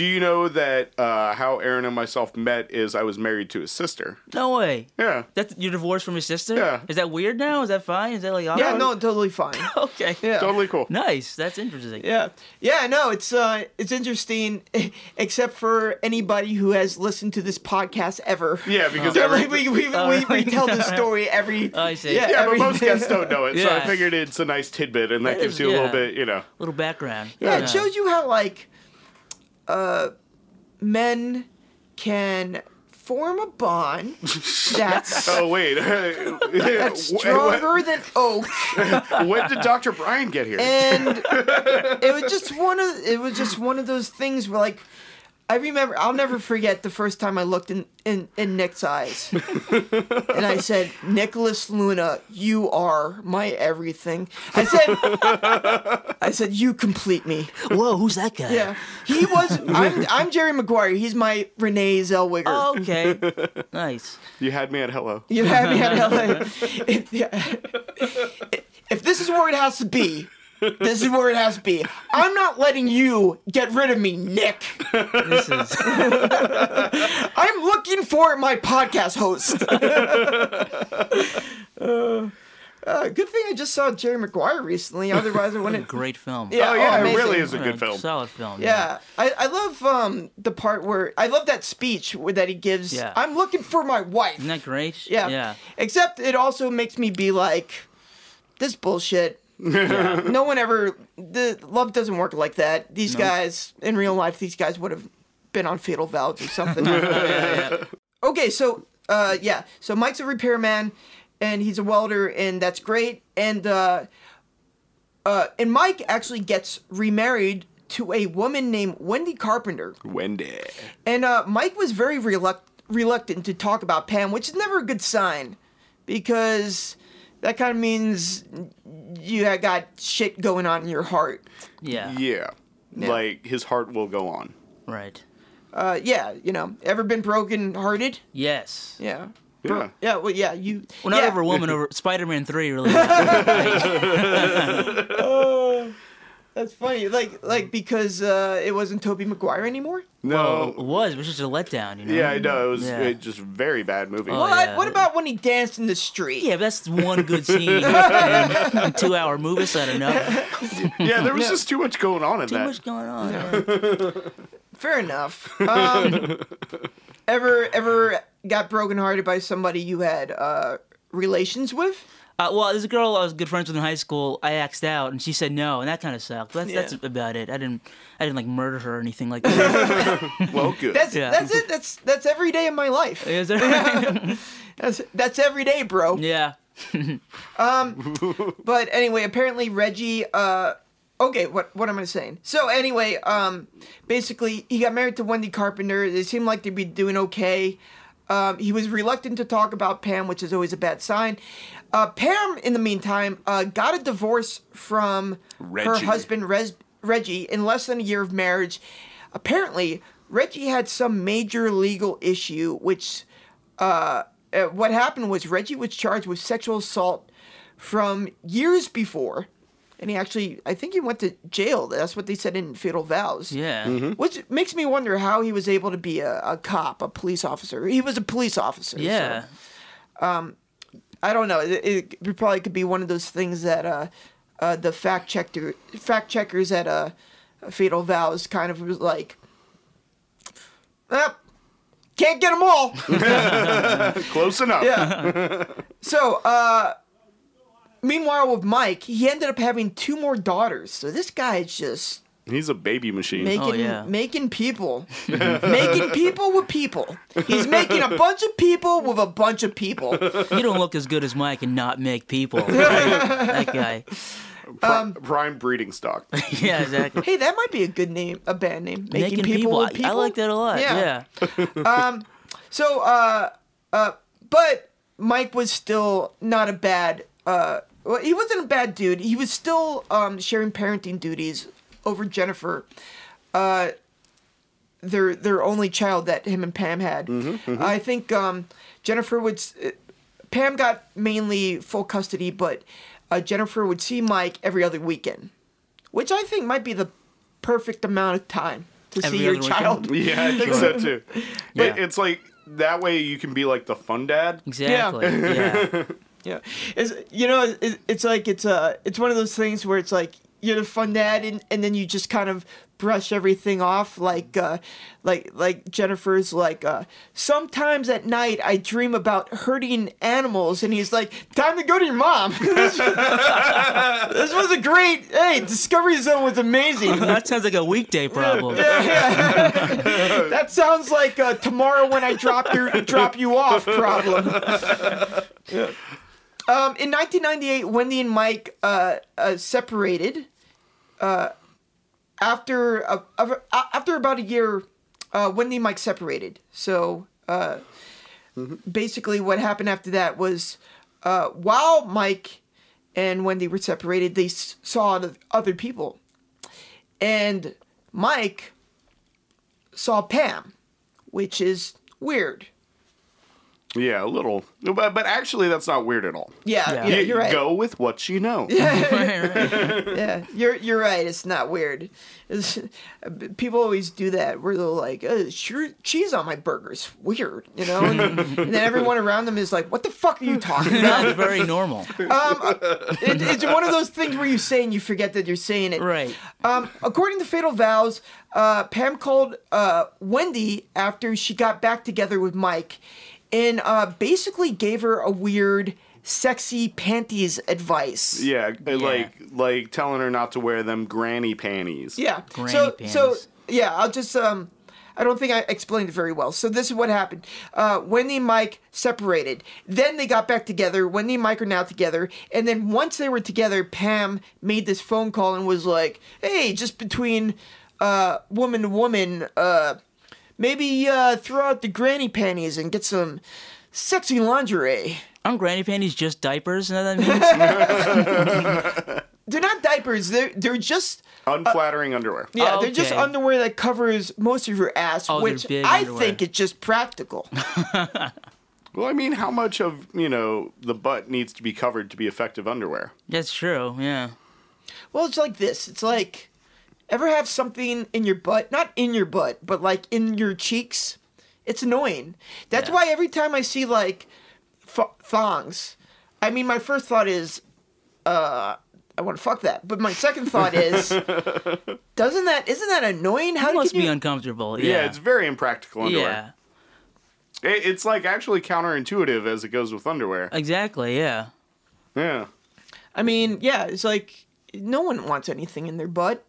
S3: Do you know that uh, how Aaron and myself met is I was married to his sister?
S4: No way.
S3: Yeah.
S4: That's you're divorced from your sister.
S3: Yeah.
S4: Is that weird now? Is that fine? Is that like
S2: Yeah,
S4: awkward?
S2: no, totally
S3: [laughs]
S2: fine.
S4: [laughs] Okay.
S2: Yeah.
S3: Totally cool.
S4: Nice. That's interesting.
S2: Yeah, yeah, no, it's uh, it's interesting, [laughs] except for anybody who has listened to this podcast ever.
S3: Yeah,
S4: [laughs]
S3: because
S2: [laughs] They're
S3: every-
S2: like, we we, we, we tell the story every.
S4: Oh, I see.
S2: Yeah,
S3: yeah,
S2: every,
S3: but most guests
S2: [laughs]
S3: don't know it, so I
S4: Yeah.
S3: figured it's a nice tidbit, and that,
S4: That
S3: gives
S4: is-
S3: you a little
S4: yeah.
S3: bit, you know.
S4: Little background.
S2: Yeah, it shows you how like, uh, men can form a bond that's
S4: [laughs]
S3: Oh
S2: [laughs]
S3: wait,
S2: that's
S3: [laughs]
S2: stronger than oak.
S3: When, when did Doctor Brian get here?
S4: Eh.
S2: and it was just one of it was just one of those things where like I remember I'll never forget the first time I looked in in, in Nick's eyes and I said Nicholas Luna you are my everything I said I said you complete me
S4: Whoa, who's that guy?
S2: yeah he was I'm, I'm Jerry Maguire he's my Renee Zellweger
S4: Oh. Okay. nice.
S3: you had me at hello.
S2: you had me at LA if, yeah. if this is where it has to be this is where it has to be. I'm not letting you get rid of me, Nick.
S4: This is.
S2: I'm looking for my podcast host. [laughs] Uh, uh, good thing I just saw Jerry Maguire recently. Otherwise, I wouldn't.
S4: Great film.
S2: Yeah,
S3: Oh yeah, it
S2: amazing.
S3: really is a good
S4: Uh,
S3: film.
S4: Solid film.
S2: Yeah, I, I love um, the part where I love that speech where, that he gives.
S4: Yeah.
S2: I'm looking for my wife.
S4: Isn't that great?
S2: yeah. [laughs]
S4: Yeah.
S2: Except it also makes me be like, this bullshit. no one ever. The love doesn't work like that. These guys in real life, these guys would have been on fatal valves or something. Okay, so uh, yeah, so Mike's a repairman, and he's a welder, and that's great. And uh, uh, and Mike actually gets remarried to a woman named Wendy Carpenter,
S3: Wendy.
S2: and uh, Mike was very reluct- reluctant to talk about Pam, which is never a good sign, because that kind of means you had got shit going on in your heart.
S4: Yeah.
S3: Yeah.
S2: Yeah.
S3: Like his heart will go on.
S4: Right.
S2: Uh, yeah, you know, ever been broken hearted?
S4: Yes.
S2: Yeah.
S3: Yeah.
S2: Yeah, well, yeah, you.
S4: Well, not
S2: yeah.
S4: over a woman, over Spider Man 3, really.
S2: That's funny. Like like because uh, it wasn't Toby Maguire anymore.
S4: well, it
S3: No.
S4: was. It was just a letdown, you know?
S3: Yeah, I know. It was
S4: Yeah.
S3: it just very bad movie.
S4: Oh,
S2: What?
S4: yeah.
S2: What about when he danced in the street?
S4: Yeah, but that's one good scene. and two hour movie, so I don't know.
S3: Yeah, there was just too much going on in
S4: Too
S3: that.
S4: much going on. yeah. [laughs]
S2: Fair enough. Um, ever ever got brokenhearted by somebody you had uh, relations with?
S4: Uh, well, there's a girl I was good friends with in high school. I axed out, and she said no, and that kind of sucked. That's,
S2: Yeah.
S4: that's about it. I didn't, I didn't like murder her or anything like
S2: [laughs]
S4: that.
S3: Well, good.
S2: That's
S4: Yeah.
S2: that's it. That's that's every day of my life.
S4: Is there- [laughs]
S2: That's that's every day, bro.
S4: yeah.
S2: But anyway, apparently Reggie. Uh, okay, what what am I saying? So anyway, um, basically he got married to Wendy Carpenter. They seemed like they'd be doing okay. Um, he was reluctant to talk about Pam, which is always a bad sign. Uh, Pam, in the meantime, uh, got a divorce from her
S3: Reggie.
S2: husband Res- Reggie in less than a year of marriage. Apparently, Reggie had some major legal issue, which uh, what happened was Reggie was charged with sexual assault from years before, and he actually, I think he went to jail. That's what they said in Fatal Vows.
S4: Yeah.
S2: Which makes me wonder how he was able to be a, a cop, a police officer. He was a police officer. so
S4: Yeah.
S2: I don't know. It, it probably could be one of those things that uh, uh, the fact checker, fact checkers at uh, Fatal Vows kind of was like, "Ah, can't get them all.
S3: [laughs] Close enough.
S2: Yeah. so, uh, meanwhile, with Mike, he ended up having two more daughters. So this guy is just
S3: He's a baby machine.
S2: making
S4: Oh, yeah. [laughs]
S2: making people, making people with people. He's making a bunch of people with a bunch of people.
S4: You don't look as good as Mike and not make people. right? that guy.
S3: Pri- prime breeding stock.
S4: Yeah, exactly.
S2: Hey, that might be a good name, a bad name. [laughs] Making,
S4: Making
S2: people,
S4: people.
S2: with
S4: I, I
S2: people.
S4: like that a lot.
S2: Yeah.
S4: Yeah.
S2: So, uh, uh, but Mike was still not a bad. Uh, well, he wasn't a bad dude. He was still um, sharing parenting duties over Jennifer, uh, their their only child that him and Pam had. I think um, Jennifer would. s- uh, Pam got mainly full custody, but uh, Jennifer would see Mike every other weekend, which I think might be the perfect amount of time. to
S4: Every
S2: see your
S4: other weekend?
S2: child.
S3: [laughs] Yeah, I think so too. But
S4: Yeah.
S3: it's like that way you can be like the fun dad.
S4: Exactly. Yeah.
S2: [laughs] Yeah, it's you know it, it's like it's uh it's one of those things where it's like you're the fun dad and, and then you just kind of brush everything off like uh like like Jennifer's like uh sometimes at night I dream about hurting animals and he's like time to go to your mom. [laughs] this, this was a great hey Discovery Zone was amazing.
S4: that sounds like a weekday problem.
S2: that sounds like uh, tomorrow when I drop your drop you off problem. [laughs] Um, in 1998, Wendy and Mike uh, uh, separated. Uh, after a, of- a- after about a year, uh, Wendy and Mike separated. So uh, basically, what happened after that was uh, while Mike and Wendy were separated, they s- saw the other people, and Mike saw Pam, which is weird.
S3: Yeah, a little. No, But but actually that's not weird at all.
S2: Yeah,
S4: Yeah.
S2: yeah,
S3: You
S2: you're right.
S3: Go with what you know.
S4: Right, right.
S2: Yeah, you're you're right. It's not weird. It's- people always do that where they're like, uh, sure, cheese on my burgers, weird, you know. And, and then everyone around them is like, what the fuck are you talking about?
S4: [laughs] Not very normal.
S2: It, it's one of those things where you say and you forget that you're saying it.
S4: Right.
S2: Um, according to Fatal Vows, uh, Pam called uh, Wendy after she got back together with Mike and uh, basically gave her a weird sexy panties advice.
S3: Yeah, uh, like like telling her not to wear them granny panties.
S2: Yeah.
S4: Granny
S2: so so
S4: panties.
S2: yeah, I'll just um I don't think I explained it very well. So this is what happened. Uh, Wendy and Mike separated. Then they got back together. Wendy and Mike are now together. And then once they were together, Pam made this phone call and was like, "Hey, just between uh, woman to woman, uh, maybe uh, throw out the granny panties and get some sexy lingerie."
S4: Aren't granny panties just diapers? You know what
S2: [laughs]
S4: that means?
S2: They're not diapers. They're they're just
S3: Unflattering underwear.
S2: Yeah, they're just
S4: Oh, Okay.
S2: underwear that covers most of your ass,
S4: Oh, they're
S2: which
S4: big
S2: I
S4: underwear.
S2: think it's
S4: [laughs]
S2: just practical.
S3: Well, I mean, how much of, you know, the butt needs to be covered to be effective underwear?
S4: That's true. Yeah.
S2: well, it's like this. It's like ever have something in your butt, not in your butt, but like in your cheeks. It's annoying. That's
S4: Yeah.
S2: why every time I see like f- thongs, I mean, my first thought is, uh, I want to fuck that. But my second
S4: [laughs]
S2: thought is, doesn't that isn't that annoying? How
S4: It must
S2: can
S4: be
S2: you?
S4: uncomfortable.
S3: Yeah,
S4: Yeah.
S3: it's very impractical underwear.
S4: yeah.
S3: It, it's like actually counterintuitive as it goes with underwear.
S2: Uh,
S4: Exactly. Yeah.
S3: Yeah.
S2: I mean, yeah, it's like no one wants anything in their butt.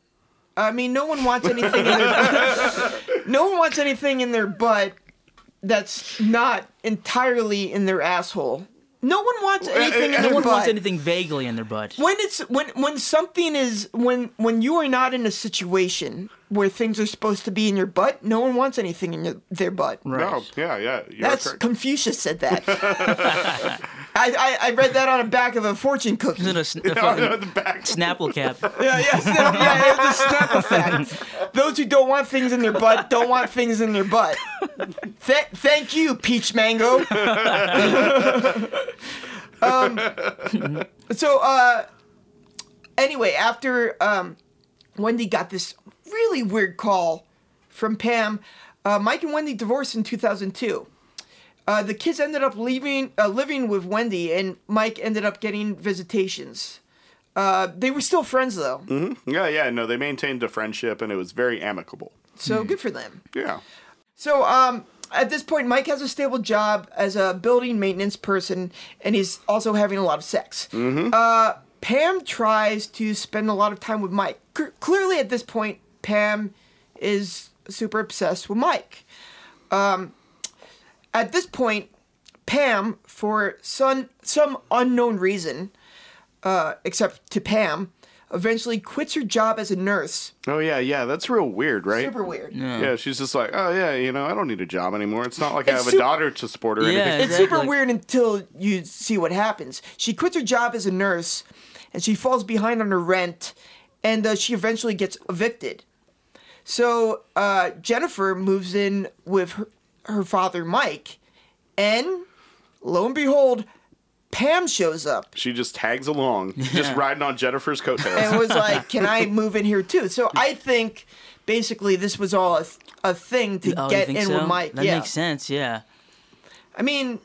S2: I mean, no one wants anything in their [laughs] No one wants anything in their butt that's not entirely in their asshole. No one wants anything in
S4: No
S2: their
S4: one wants
S2: butt.
S4: anything vaguely in their butt.
S2: When it's when when something is when when you are not in a situation where things are supposed to be in your butt, no one wants anything in your, their butt.
S4: Right.
S3: No, yeah, yeah. You're
S2: That's
S3: correct. [laughs]
S2: Confucius
S4: [laughs]
S2: said that. I, I I read that on the back of a fortune cookie.
S4: Isn't it a, sn- a
S3: Oh,
S4: fucking
S3: no, the back.
S4: Snapple cap?
S2: Yeah, yeah, snap, yeah, it's a snap effect. Those who don't want things in their butt don't want things in their butt. Th- thank you, Peach Mango. [laughs] um, so, uh, anyway, after um, Wendy got this really weird call from Pam, uh, Mike and Wendy divorced in 2002. Uh, the kids ended up leaving, uh, living with Wendy, and Mike ended up getting visitations. Uh, they were still friends though,
S3: Yeah, yeah. No, they maintained a friendship and it was very amicable.
S2: so good for them.
S3: Yeah.
S2: So um, at this point, Mike has a stable job as a building maintenance person, and he's also having a lot of sex. Uh, Pam tries to spend a lot of time with Mike. C- clearly, at this point, Pam is super obsessed with Mike. Um, at this point, Pam, for some some unknown reason, uh, except to Pam, eventually quits her job as a nurse.
S3: Oh, yeah, yeah. That's real weird, right?
S2: Super weird.
S3: Yeah, she's just like, oh, yeah, you know, I don't need a job anymore. It's not like I
S2: It's
S3: have a
S2: super-
S3: daughter to support or
S4: Yeah.
S3: anything.
S2: It's
S4: Exactly.
S2: super weird until you see what happens. She quits her job as a nurse, and she falls behind on her rent, and uh, she eventually gets evicted. So uh, Jennifer moves in with her, her father, Mike, and lo and behold, Pam shows up
S3: She just
S2: [laughs]
S3: tags along, just riding on Jennifer's
S4: [laughs]
S3: coattails.
S2: and was like, "Can I move in here too?" So I think basically this was all a, th- a thing to
S4: Oh,
S2: get
S4: you think
S2: in
S4: so?
S2: with Mike.
S4: That
S2: yeah,
S4: makes sense. Yeah.
S2: I mean,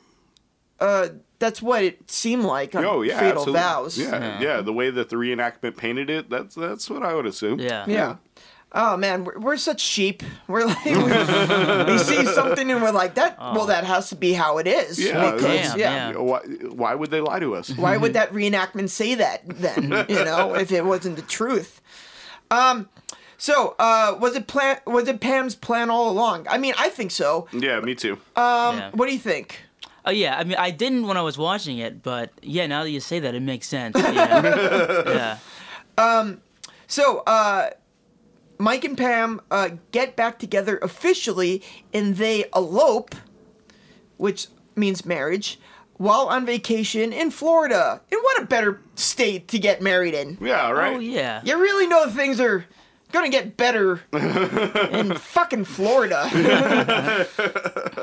S2: uh, that's what it seemed like on
S3: Oh yeah,
S2: Fatal
S3: absolutely.
S2: Vows.
S3: Yeah, yeah, The way that the reenactment painted it, that's that's what I would assume.
S4: Yeah.
S2: Yeah. Oh man, we're, we're such sheep. We're like [laughs] we, we see something and we're like that. Well, that has to be how it is.
S3: Yeah,
S2: because,
S3: that's- Mm-hmm.
S4: Damn,
S2: yeah.
S4: yeah.
S3: Why, why would they lie to us?
S2: Why would that reenactment say that
S3: [laughs]
S2: then? you know, if it wasn't the truth. Um, so uh, was it plan? Was it Pam's plan all along? I mean, I think so.
S3: Yeah, me too.
S2: Um,
S4: Yeah.
S2: what do you think?
S4: Oh yeah, I mean, I didn't when I was watching it, but yeah, now that you say that, it makes sense. Yeah, yeah.
S2: So, uh, Mike and Pam uh, get back together officially, and they elope, which means marriage, while on vacation in Florida. And what a better state to get married in!
S3: Yeah, right.
S4: Oh yeah.
S2: You really know things are gonna get better in fucking Florida.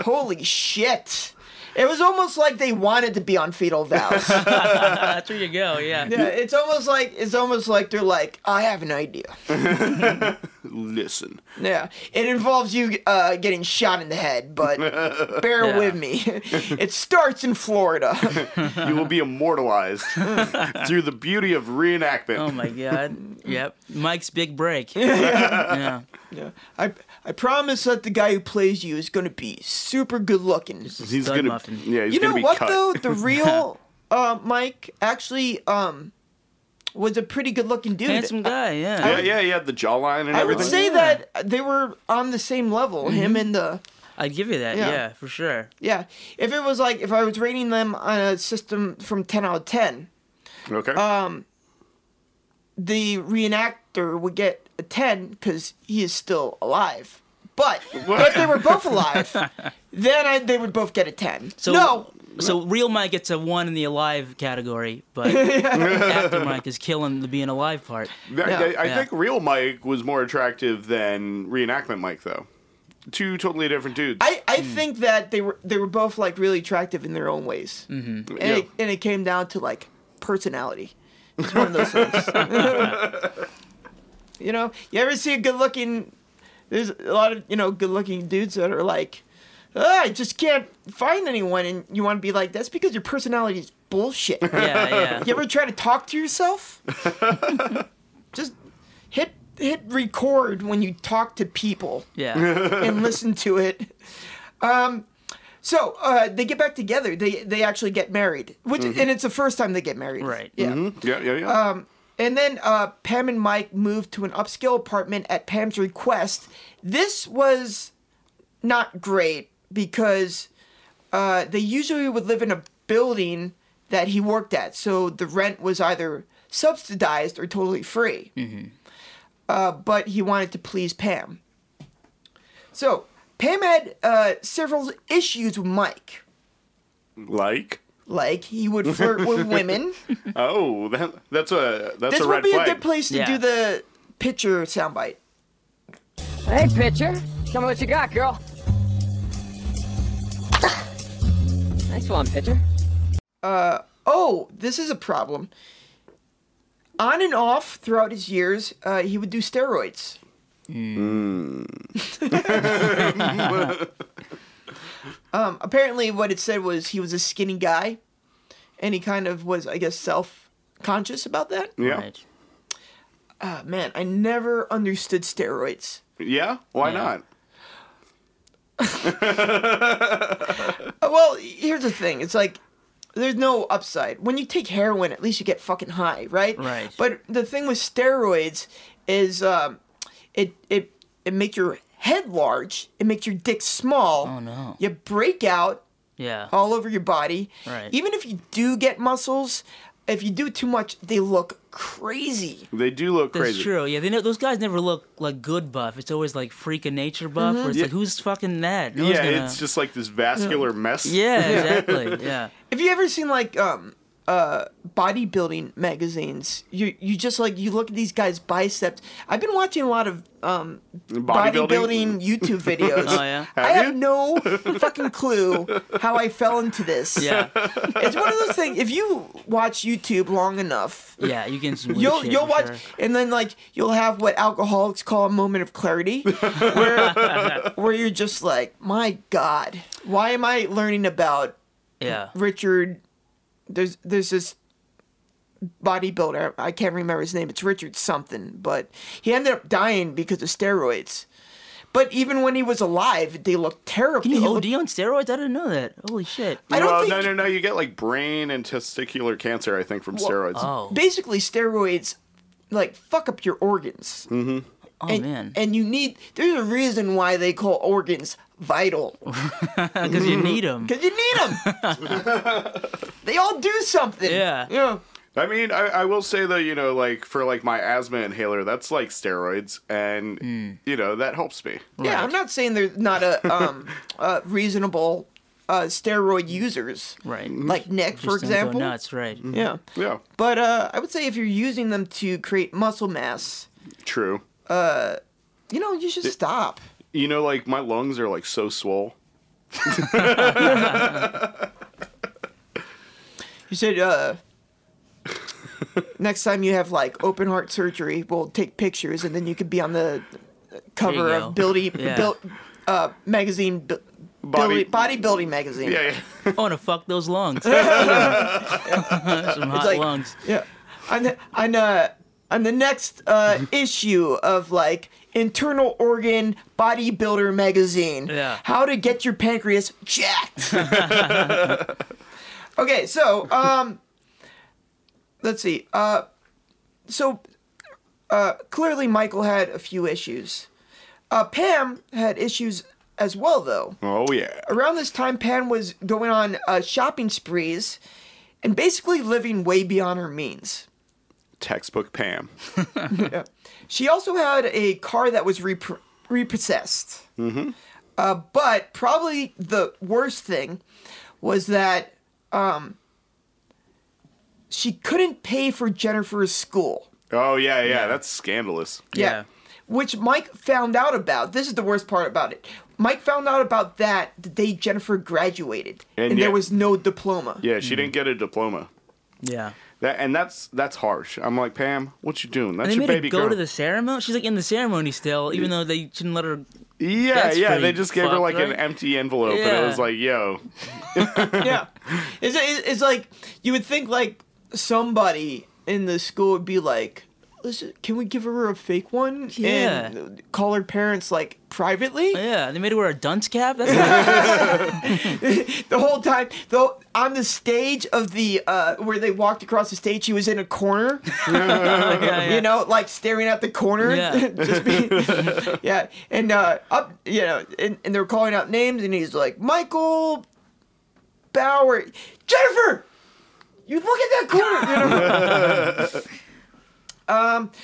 S2: Holy shit! It was almost like they wanted to be on fetal vows.
S4: [laughs] That's where you go. Yeah.
S2: [laughs] yeah, it's almost like it's almost like they're like, I have an idea.
S3: Listen.
S2: Yeah, it involves you uh, getting shot in the head,
S3: [laughs]
S2: but bear
S4: Yeah.
S2: with me. [laughs] it starts in Florida. [laughs]
S3: you
S4: Uh-huh.
S3: will be
S4: [laughs]
S3: immortalized through the beauty of reenactment.
S4: Oh my God. Yep. Mike's big break. yeah.
S2: yeah. I I promise that the guy who plays you is gonna be super good looking.
S3: he's
S4: Stud
S3: gonna,
S4: muffin.
S3: yeah, he's
S2: You know
S3: gonna be
S2: what
S3: cut.
S2: though?
S3: [laughs]
S2: The real uh, Mike actually um, was a pretty good looking dude.
S4: Handsome guy. Yeah.
S3: Oh, Yeah, yeah, he had the jawline and
S2: I
S3: everything.
S2: would say
S4: Yeah.
S2: that they were on the same level,
S4: Mm-hmm.
S2: him and the
S4: I'd give you that.
S2: Yeah.
S4: Yeah, for sure.
S2: yeah. If it was like if I was rating them on a system from ten out of ten,
S3: okay.
S2: uh, the reenactor would get a 10 because he is still alive. But but they were both alive. then I, they would both get a 10.
S4: So
S2: no,
S4: So real Mike gets a one in the alive category, but actor Mike is killing the being alive part.
S3: I,
S2: yeah,
S3: I- I
S4: yeah.
S3: think real Mike was more attractive than reenactment Mike, though. Two totally different dudes.
S2: I, I think that they were they were both like really attractive in their own ways. Mm-hmm. And,
S3: Yeah.
S2: it, and it came down to like personality. It's one of those things. [laughs] you know, you ever see a good looking there's a lot of, you know, good looking dudes that are like, "Ah, I just can't find anyone and you want to be like, that's because your personality is bullshit.
S4: Yeah,
S2: [laughs]
S4: yeah.
S2: You ever try to talk to yourself? Just hit hit record when you talk to people
S4: Yeah.
S2: and listen to it. Um, so uh, they get back together. They they actually get married, which and it's the first time they get married.
S4: Right.
S2: Yeah.
S3: Mhm. Yeah, yeah, yeah.
S2: um, And then uh, Pam and Mike moved to an upscale apartment at Pam's request. This was not great because uh, they usually would live in a building that he worked at, so the rent was either subsidized or totally free.
S3: Mm-hmm.
S2: Uh, but he wanted to please Pam. So Pam had uh, several issues with Mike.
S3: like.
S2: Like he would flirt
S3: [laughs]
S2: with women.
S3: Oh, that, that's a that's
S2: this
S3: a
S2: would
S3: red
S2: be
S3: flag.
S2: a good place to
S4: Yeah.
S2: do the picture soundbite.
S5: Hey, pitcher. Tell me what you got, girl. Nice one, pitcher.
S2: Oh, this is a problem. On and off throughout his years, uh, he would do steroids. [laughs] um, apparently, what it said was he was a skinny guy, and he kind of was, I guess, self conscious about that.
S3: Yeah,
S4: Right.
S2: Ah, man, I never understood steroids.
S3: yeah. Why
S4: Yeah.
S3: not?
S2: Uh, well, here's the thing. It's like there's no upside. When you take heroin, at least you get fucking high, right?
S4: Right.
S2: But the thing with steroids is um, it it it makes your head large, it makes your dick small.
S4: Oh, no.
S2: You break out
S4: Yeah.
S2: all over your body.
S4: Right.
S2: Even if you do get muscles, if you do too much, they look crazy.
S3: They do look
S4: That's
S3: crazy.
S4: true. Yeah, they know those guys never look like good buff. It's always like freak of nature buff, where it's like, who's fucking that? No one's [laughs]
S3: Yeah,
S4: gonna-
S3: it's just like this vascular mess. [laughs]
S4: yeah, exactly. Yeah,
S2: Have you ever seen like um uh, bodybuilding magazines. You you just like you look at these guys' biceps. I've been watching a lot of um,
S3: Bodybuilding?
S2: bodybuilding
S3: [laughs]
S2: YouTube videos.
S4: Oh, yeah?
S2: I
S3: Have
S2: have
S3: you? [laughs]
S2: no fucking clue how I fell into this.
S4: Yeah,
S3: [laughs]
S2: It's one of those things. If you watch YouTube long enough,
S4: yeah, you can. Some weird
S2: you'll
S4: shit
S2: you'll
S4: for
S2: watch,
S4: sure.
S2: and then like you'll have what alcoholics call a moment of
S4: [laughs]
S2: clarity, where where you're just like, my God, why am I learning about
S3: [laughs]
S4: Yeah,
S2: Richard? There's there's this bodybuilder. I can't remember his name. It's Richard something, but he ended up dying because of steroids. But even when he was alive, they looked terrible.
S4: can
S2: They
S4: you OD
S2: looked-
S4: Oh, on steroids? I didn't know that. Holy shit.
S2: I don't
S3: well,
S2: think
S3: no, no, no. You get like brain and testicular cancer, I think, from steroids.
S4: Oh,
S2: basically steroids like fuck up your organs.
S4: oh
S2: and,
S4: man,
S2: and you need there's a reason why they call organs
S4: [laughs]
S2: vital
S4: because you need
S3: [laughs]
S4: them.
S2: because you need them.
S4: [laughs]
S2: they all do something.
S4: Yeah.
S2: Yeah.
S3: I mean, I, I will say though, you know, like for like my asthma inhaler, that's like steroids, and
S4: Hmm.
S3: you know that helps me.
S2: Yeah. I'm not saying there's not a um uh, reasonable uh, steroid users
S4: Right.
S2: like Nick, for
S4: Just don't go
S2: example.
S4: nuts. Right.
S3: Mm-hmm.
S2: Yeah.
S3: Yeah,
S2: But uh, I would say if you're using them to create muscle mass,
S3: true.
S2: you know, you should stop.
S3: You know, like my lungs are like so swole.
S2: You said uh next time you have like open heart surgery, we'll take pictures and then you could be on the cover
S4: There you
S2: of
S4: go.
S2: Buildy
S4: [laughs] Yeah.
S2: built uh magazine bu-
S3: Body-
S2: Buildy- bodybuilding magazine.
S3: Yeah, yeah.
S4: I want to fuck those lungs. [laughs] Some hot
S2: like-
S4: lungs.
S2: Yeah. On the on uh on the next uh issue of like internal organ bodybuilder magazine.
S4: Yeah.
S2: How to get your pancreas jacked. [laughs] okay, so um let's see. Uh so uh clearly Michael had a few issues. Uh Pam had issues as well though
S3: [laughs] Oh yeah.
S2: around this time, Pan was going on uh, shopping sprees and basically living way beyond her means.
S3: Textbook Pam.
S2: She also had a car that was repro repossessed. Mm-hmm. Uh, but probably the worst thing was that um, she couldn't pay for Jennifer's school.
S3: Oh yeah, yeah. That's scandalous.
S4: Yeah.
S2: Which Mike found out about. This is the worst part about it. Mike found out about that the day Jennifer graduated, and,
S3: And
S2: there
S3: yet-
S2: was no diploma.
S3: Yeah,
S4: Hmm.
S3: she didn't get a diploma.
S4: Yeah.
S3: That and that's that's harsh. I'm like Pam, what you doing? That's
S4: And they
S3: your
S4: made
S3: baby
S4: her go
S3: girl.
S4: to the ceremony. She's like in the ceremony still, even though they shouldn't let her.
S3: yeah,
S4: That's
S3: yeah. They
S4: pretty
S3: just gave her
S4: fucked,
S3: like an
S4: right?
S3: empty envelope, and
S4: Yeah.
S3: it was like, yo,
S2: yeah. It's, it's, it's like, you would think, like, somebody in the school would be like, Listen, can we give her a fake one?
S4: Yeah. Eh?
S2: And call her parents, like, privately?
S4: Yeah, they made her wear a dunce cap. That's
S2: The whole time, though, on the stage of the, uh, where they walked across the stage, she was in a corner,
S4: yeah, yeah.
S2: [laughs] you know, like staring at the corner.
S4: Yeah.
S2: [laughs] Just be, [laughs] yeah. And, uh, up, you know, and, and they were calling out names, and he's like, Michael Bauer. Jennifer! You look at that corner! You know?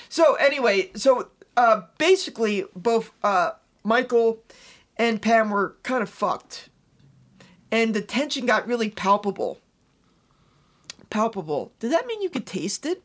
S2: So anyway, so uh, basically, both uh, Michael and Pam were kind of fucked, and the tension got really palpable. Palpable. Does that mean you could taste it?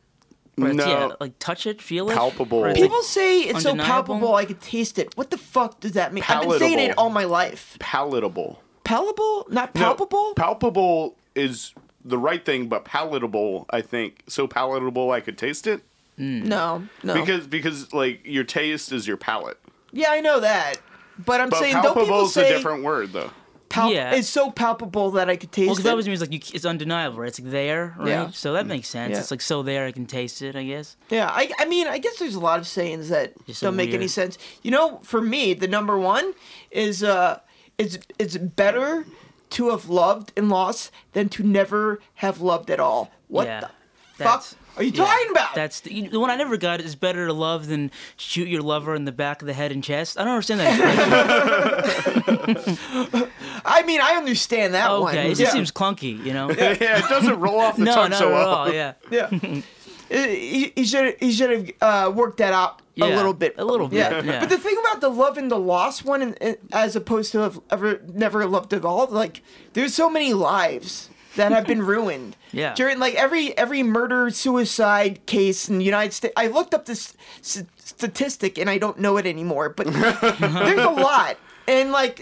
S4: Or it's-
S3: no.
S4: yeah, like touch it, feel it.
S3: Palpable.
S4: Or it's like-
S2: People say it's so
S4: Undeniable?
S2: palpable I could taste it. What the fuck does that mean? I've been saying it
S3: Palatable.
S2: all my life.
S3: palatable.
S2: Palpable, not
S3: No,
S2: palpable.
S3: palpable is the right thing, but palatable, I think, so palatable I could taste it
S2: no, no.
S3: because because like your taste is your palate.
S2: yeah, I know that, but I'm
S3: But
S2: saying don't
S3: palpable
S2: people
S3: is a
S2: say
S3: different word though. [laughs]
S2: pal-
S4: Yeah.
S2: it's so palpable that I could taste
S4: Well, because
S2: it?
S4: that was means like you, it's undeniable, right? It's like there, right?
S2: Yeah.
S4: So that makes sense.
S2: Yeah.
S4: It's like so there, I can taste it, I guess.
S2: Yeah, I, I mean, I guess there's a lot of sayings that
S4: Just so
S2: don't make any
S4: weird.
S2: sense. You know, for me, the number one is uh, it's it's better to have loved and lost than to never have loved at all. What
S4: yeah.
S2: the fuck
S4: That's-
S2: are you
S4: yeah,
S2: talking about?
S4: That's the, you- the one I never got is better to love than shoot your lover in the back of the head and chest. I don't understand that. expression.
S2: I mean, I understand that one.
S4: okay, it just
S2: yeah.
S4: seems clunky, you know?
S3: yeah, it doesn't roll off
S4: [laughs]
S3: the
S4: No,
S3: tongue
S4: not
S3: so
S4: at
S3: well.
S4: all. Yeah.
S2: yeah.
S4: [laughs]
S2: he, he should he should have uh, worked that out a
S4: Yeah,
S2: little bit.
S4: a little bit, yeah.
S2: But the thing about the love and the loss one, and, and- as opposed to have ever never loved at all, like there's so many lives. that
S4: [laughs]
S2: have been ruined.
S4: Yeah.
S2: During like every every murder suicide case in the United States, I looked up this s- statistic and I don't know it
S4: [laughs]
S2: anymore, but there's a lot. And like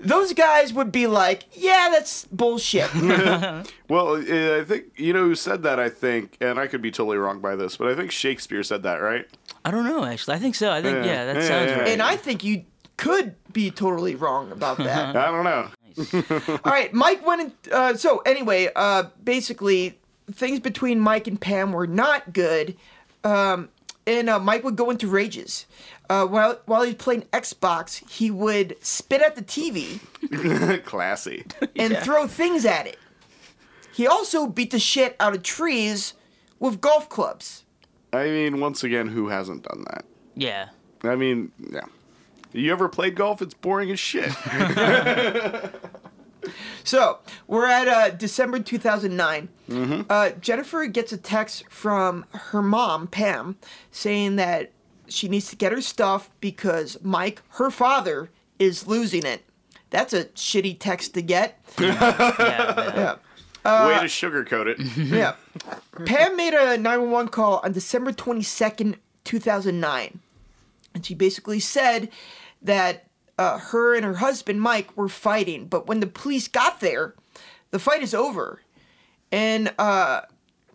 S2: those guys would be like, "Yeah, that's
S4: [laughs]
S2: bullshit."
S3: Well, uh, I think you know who said that. I think, and I could be totally wrong by this, but I think Shakespeare said that, right?
S4: I don't know, actually. I think so. I think,
S3: Yeah.
S4: yeah, that
S3: Yeah,
S4: sounds
S3: yeah,
S4: right.
S2: and I think you could be totally wrong about
S3: [laughs]
S2: that.
S3: I don't know.
S2: All right, Mike went. In, uh, so anyway, uh, basically, things between Mike and Pam were not good, um, and uh, Mike would go into rages. Uh, while while he was playing Xbox, he would spit at the TV
S3: Classy.
S2: and throw things at it. He also beat the shit out of trees with golf clubs.
S3: I mean, once again, who hasn't done that?
S4: Yeah.
S3: I mean, yeah. You ever played golf? It's boring as shit.
S2: So we're at uh, December 2009. Uh, Jennifer gets a text from her mom, Pam, saying that she needs to get her stuff because Mike, her father, is losing it. That's a shitty text to get.
S4: Yeah. yeah.
S2: [laughs] Yeah.
S3: Way to sugarcoat it.
S2: Yeah. Pam made a 911 call on December 22nd, 2009. And she basically said that uh, her and her husband, Mike, were fighting. But when the police got there, the fight is over. And, uh,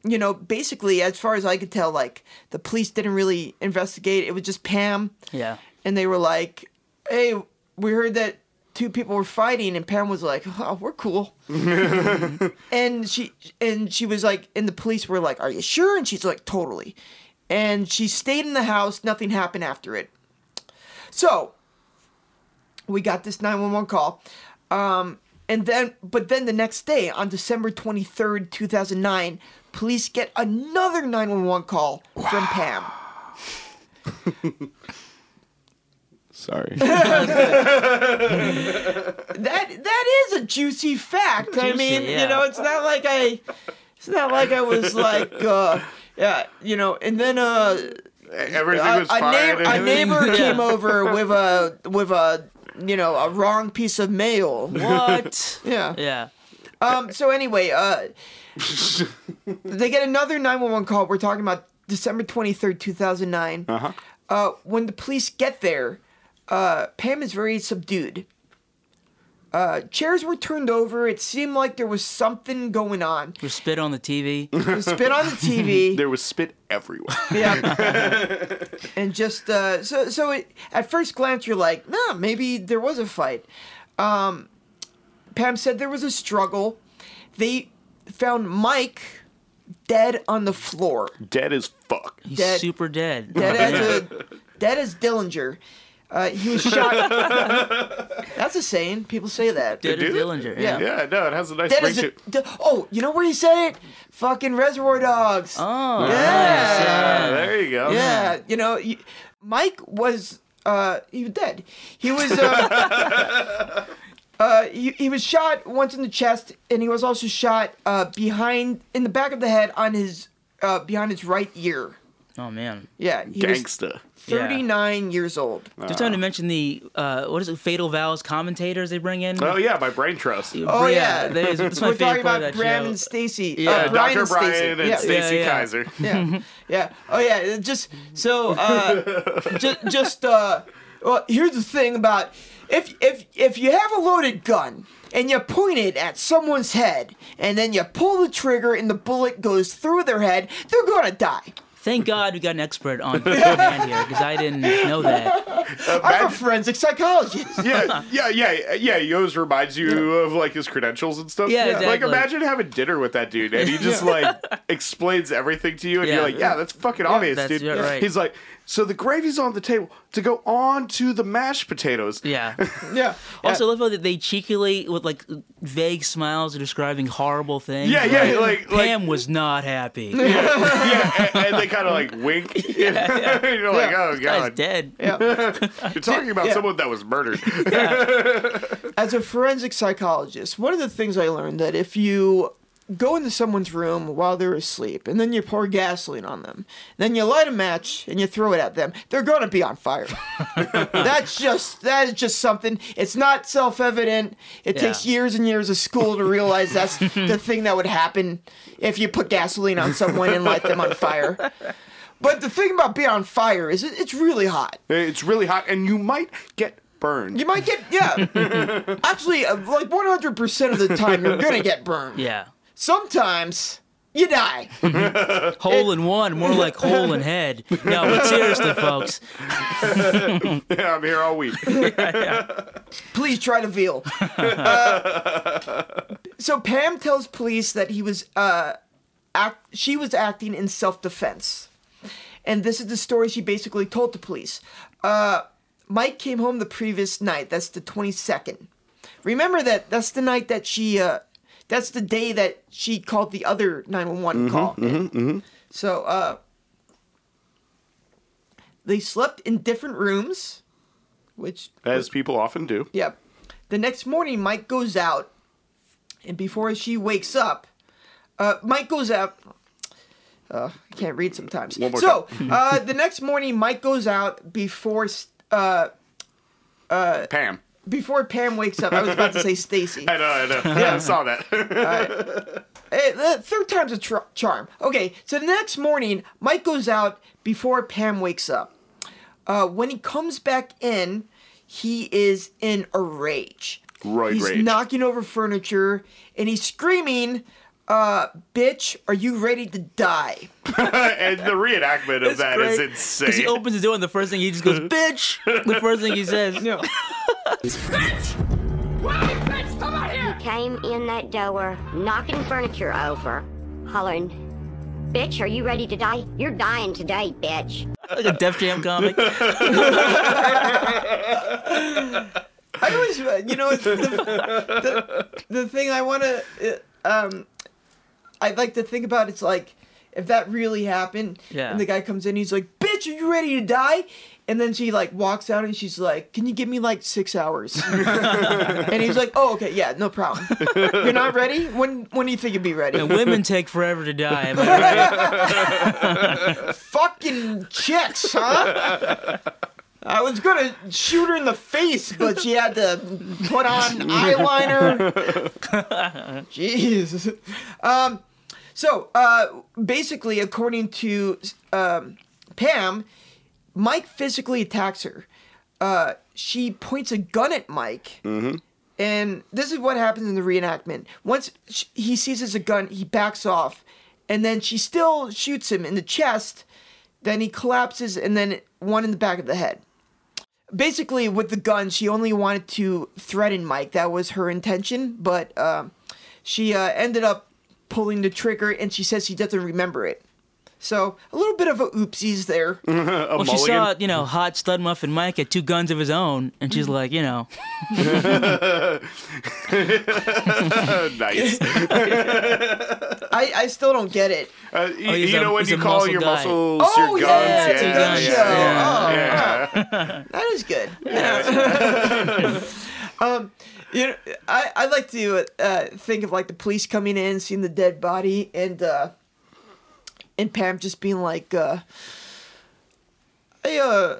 S2: you know, basically, as far as I could tell, like, the police didn't really investigate. It was just Pam.
S4: Yeah.
S2: And they were like, hey, we heard that two people were fighting. And Pam was like, oh, we're cool and she and she was like and the police were like are you sure and she's like totally and she stayed in the house nothing happened after it so we got this 911 call um, and then but then the next day on december 23rd 2009 police get another 911 call from pam
S3: Sorry.
S2: that that is a juicy fact. I
S4: Juicy,
S2: mean,
S4: yeah.
S2: you know, it's not like I, it's not like I was like, uh, yeah, you know. And then uh,
S3: [laughs] Everything
S2: a,
S3: was
S2: a,
S3: fine.
S2: neigh- a
S3: and-
S2: neighbor
S4: [laughs] Yeah.
S2: came over with a with a you know a wrong piece of mail.
S4: What?
S2: Yeah.
S4: yeah.
S2: Um. So anyway, uh, they get another nine one one call. We're talking about December twenty third, two thousand nine. Uh-huh. Uh, when the police get there, uh, Pam is very subdued. Uh, chairs were turned over. It seemed like there was something going on.
S4: We spit on the TV.
S2: [laughs] Spit on the TV.
S3: There was spit everywhere. [laughs]
S2: Yeah. [laughs] and just uh, so so it, at first glance you're like, nah, maybe there was a fight. Um, Pam said there was a struggle. They found Mike dead on the floor,
S3: Dead as fuck.
S4: He's
S2: Dead.
S4: super dead.
S2: dead as a dead as Dillinger. Uh, he was shot. [laughs] That's a saying. People say that.
S4: Dead as
S3: Dude.
S4: Dillinger.
S2: Yeah.
S4: Yeah.
S3: Yeah, no, it has a nice
S2: Dead
S3: ring
S2: as
S3: to
S2: a, d- oh, you know where he said it? Fucking Reservoir Dogs.
S4: Oh.
S2: Yeah.
S4: nice,
S3: Ah, there you
S4: Oh,
S3: go.
S2: Yeah, you know, y- Mike was uh, he was dead. He was uh,
S4: [laughs]
S2: uh, he, he was shot once in the chest, and he was also shot uh, behind in the back of the head on his uh, behind his right ear.
S4: Oh man.
S2: Yeah,
S4: [laughs]
S2: he
S3: Gangsta.
S2: was 39 years old.
S4: Just time to mention the uh, what is it? Fatal Vows commentators they bring in.
S3: Oh yeah, my brain trust. Uh,
S2: Oh, yeah.
S4: that is, that's my
S2: We're
S4: favorite
S2: talking
S4: part
S2: about
S4: of that
S2: Bram and
S4: show.
S2: Stacy.
S4: Yeah,
S2: uh,
S3: Uh,
S2: Brian
S3: Dr.
S2: and Stacy.
S3: Brian and
S2: yeah.
S3: Stacy
S4: Yeah, yeah. [laughs]
S3: Kaiser.
S2: yeah, yeah. Oh yeah, it just so uh, just just uh, well, here's the thing about if if if you have a loaded gun and you point it at someone's head and then you pull the trigger and the bullet goes through their head, they're gonna die.
S4: Thank God we got an expert on hand here because I didn't know that.
S2: I'm a
S3: Uh, Imagine-
S2: forensic psychologist.
S3: yeah, yeah, yeah, yeah. He always reminds you of like his credentials and stuff.
S4: Yeah,
S3: Like
S4: exactly.
S3: imagine having dinner with that dude, and he just like explains everything to you, and you're
S4: Yeah.
S3: like, yeah, that's fucking obvious,
S4: that's-
S3: dude.
S4: you're right.
S3: He's like, so the gravy's on the table to go on to the mashed potatoes.
S4: [laughs] Yeah.
S2: yeah.
S4: Also, I love how that they cheekily with like vague smiles are describing horrible things.
S3: Yeah, yeah, like, like,
S4: Pam was not happy.
S3: yeah, and, and they kind of
S2: [laughs]
S3: like wink. [laughs] You're like,
S2: Yeah.
S3: oh
S4: Guy's
S3: god,
S4: dead.
S3: you're talking about
S2: Yeah.
S3: someone that was murdered.
S2: as a forensic psychologist, one of the things I learned that if you go into someone's room while they're asleep, and then you pour gasoline on them. Then you light a match and you throw it at them. They're gonna be on fire. That's just that is just something. It's not self-evident. It
S4: Yeah.
S2: takes years and years of school to realize that's the thing that would happen if you put gasoline on someone and light them on fire. But the thing about being on fire is it, it's really hot.
S3: It's really hot, and you might get burned.
S2: You might get yeah. Actually, uh, like 100% of the time you're gonna get burned.
S4: Yeah.
S2: Sometimes you die.
S4: Hole in one, more like hole in head. No, but seriously, folks.
S3: [laughs] I'm here all week.
S2: Please try to veal. uh, so Pam tells police that he was uh, act- she was acting in self defense, and this is the story she basically told the police. Uh, Mike came home the previous night. That's the twenty second. Remember that. That's the night that she. Uh, that's the day that she called the other nine one one call. in. So uh, they slept in different rooms, which
S3: As people often do.
S2: Yep. The next morning, Mike goes out, and before she wakes up, uh, Mike goes out. Uh, I can't read sometimes.
S3: One more
S2: so uh, the next morning, Mike goes out before s- uh,
S3: Pam.
S2: before Pam wakes up. I was about to say Stacy.
S3: [laughs] I know, I
S2: [laughs]
S3: know. I saw that. [laughs]
S2: Eh, eh, third time's a tr- charm. Okay, so the next morning, Mike goes out before Pam wakes up. Uh, when he comes back in, he is in a rage.
S3: Roid
S2: he's
S3: rage.
S2: knocking over furniture and he's screaming, uh, "Bitch, are you ready to die?"
S3: and the reenactment of
S2: It's
S3: that is
S2: great.
S4: Because he
S3: insane.
S4: opens the door and the first thing he
S3: [laughs]
S4: just goes, bitch! The first thing he says.
S2: No.
S6: came in that door, knocking furniture over, hollering, Bitch, are you ready to die? You're dying today, bitch.
S4: Like a Def Jam
S3: [laughs]
S4: comic.
S2: I always, uh, you know, it's the, the, the thing I want to, um, I'd like to think about. It's like if that really happened,
S4: Yeah.
S2: and the guy comes in, he's like, "Bitch, are you ready to die?" And then she like walks out and she's like, "Can you give me like six hours?" and he's like, "Oh, okay, yeah, no problem. You're not ready. When when do you think you'd be ready?"
S4: And women take forever to die. am I right?
S2: Fucking chicks, huh? I was gonna shoot her in the face, but she had to put on eyeliner. Jeez. Um, so uh, basically, according to um, Pam, Mike physically attacks her. Uh, she points a gun at Mike. And this is what happens in the reenactment. Once sh he seizes a gun, he backs off, and then she still shoots him in the chest. Then he collapses, and then one in the back of the head. Basically, with the gun, she only wanted to threaten Mike. That was her intention, but um she uh, ended up pulling the trigger, and she says she doesn't remember it. So a little bit of a oopsies there.
S3: A
S4: Well, she saw, you know, hot stud muffin Mike had two guns of his own, and she's like, you know,
S3: [laughs]
S2: [laughs]
S3: nice.
S2: I, I still don't get it.
S3: Uh, you
S4: he's
S3: you
S4: a-
S3: know when
S4: he's
S3: you
S4: a
S3: call
S4: muscle
S3: your
S4: guy.
S3: muscles
S2: Oh,
S3: your guns?
S2: yeah, it's a gun show.
S3: yeah,
S2: Oh,
S3: yeah.
S2: That is good. um, you know, I, I like to uh, think of like the police coming in, seeing the dead body, and uh, and Pam just being like, uh, "Hey, uh,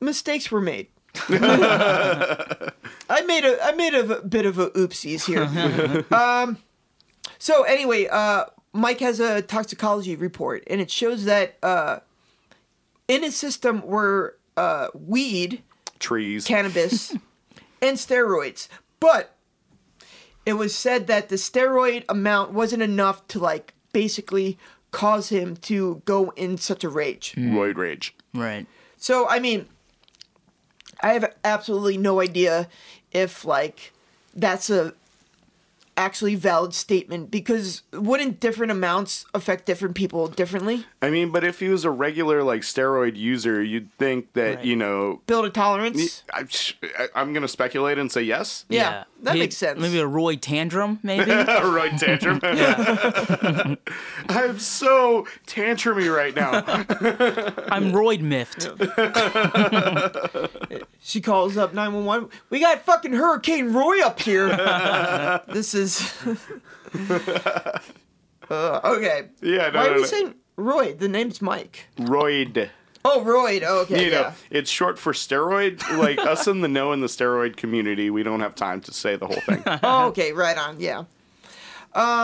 S2: mistakes were made. I made a I made a bit of a oopsies here." Um, So anyway, uh, Mike has a toxicology report, and it shows that uh, in his system were uh, weed,
S3: Trees.
S2: cannabis, and steroids. But it was said that the steroid amount wasn't enough to like basically cause him to go in such a rage.
S3: Roid rage.
S4: right.
S2: So I mean, I have absolutely no idea if like that's a actually valid statement because wouldn't different amounts affect different people differently?
S3: I mean, but if he was a regular like steroid user, you'd think that
S4: Right.
S3: you know.
S2: Build a tolerance.
S3: I, I- I'm gonna speculate and say yes.
S2: Yeah, that
S4: He-
S2: makes sense.
S4: Maybe a Roy tantrum, maybe?
S3: [laughs]
S2: [laughs]
S3: Roid tantrum. [laughs] I'm so tantrumy
S2: [laughs]
S3: right now.
S4: I'm Royd miffed.
S2: [laughs] she calls up nine one one. We got fucking Hurricane Roy up here. this is is. [laughs] Uh, okay.
S3: Yeah, no,
S2: Why
S3: no,
S2: are we
S3: no.
S2: saying Royd? The name's Mike.
S3: Roid.
S2: Oh, Royd. Oh, okay.
S3: You
S2: yeah.
S3: [laughs] know, it's short for steroid. Like us in the know in the steroid community, we don't have time to say the whole thing.
S2: [laughs] Oh, okay, right on. Yeah. Um.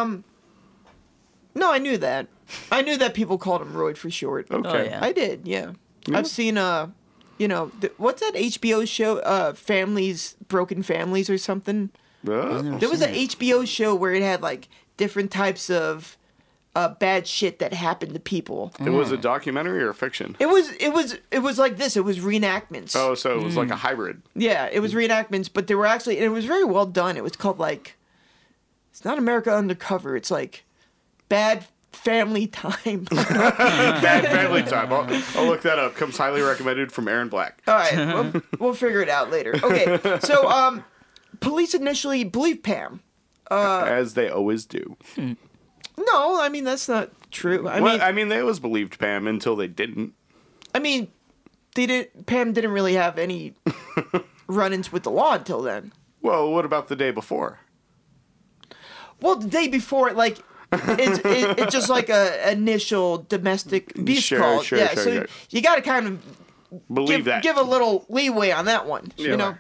S2: No, I knew that. I knew that people called him Royd for short.
S3: Okay.
S4: Oh, yeah.
S2: I did. Yeah. I've seen uh, you know, th- what's that HBO show? Uh, Families, Broken Families, or something.
S3: Uh,
S2: There was an HBO show where it had like different types of uh, bad shit that happened to people.
S3: it was a documentary or a fiction.
S2: It was it was it was like this. It was reenactments.
S3: Oh, so it was like a
S2: Hmm. [laughs]
S3: hybrid.
S2: Yeah, it was reenactments, but they were actually and it was very well done. It was called like it's not America Undercover. It's like bad family [laughs] time. All
S3: Bad family time. I'll, I'll look that up. Comes highly recommended from Aaron Black.
S2: right, we'll, we'll figure it out later. Okay, so um, police initially believe Pam. Uh,
S3: as they always do.
S2: No, I mean that's not true. I
S3: well,
S2: mean,
S3: I mean, they always believed Pam until they didn't.
S2: I mean, they didn't. Pam didn't really have [laughs] any run-ins with the law until then.
S3: Well, what about the day before?
S2: Well, the day before, like it's it, it's just like a initial
S3: [laughs]
S2: domestic abuse
S3: Sure,
S2: call.
S3: sure,
S2: yeah,
S3: sure,
S2: so
S3: sure.
S2: you got to kind of
S3: Believe
S2: give,
S3: that.
S2: give a little leeway on that one,
S3: Yeah.
S2: you know.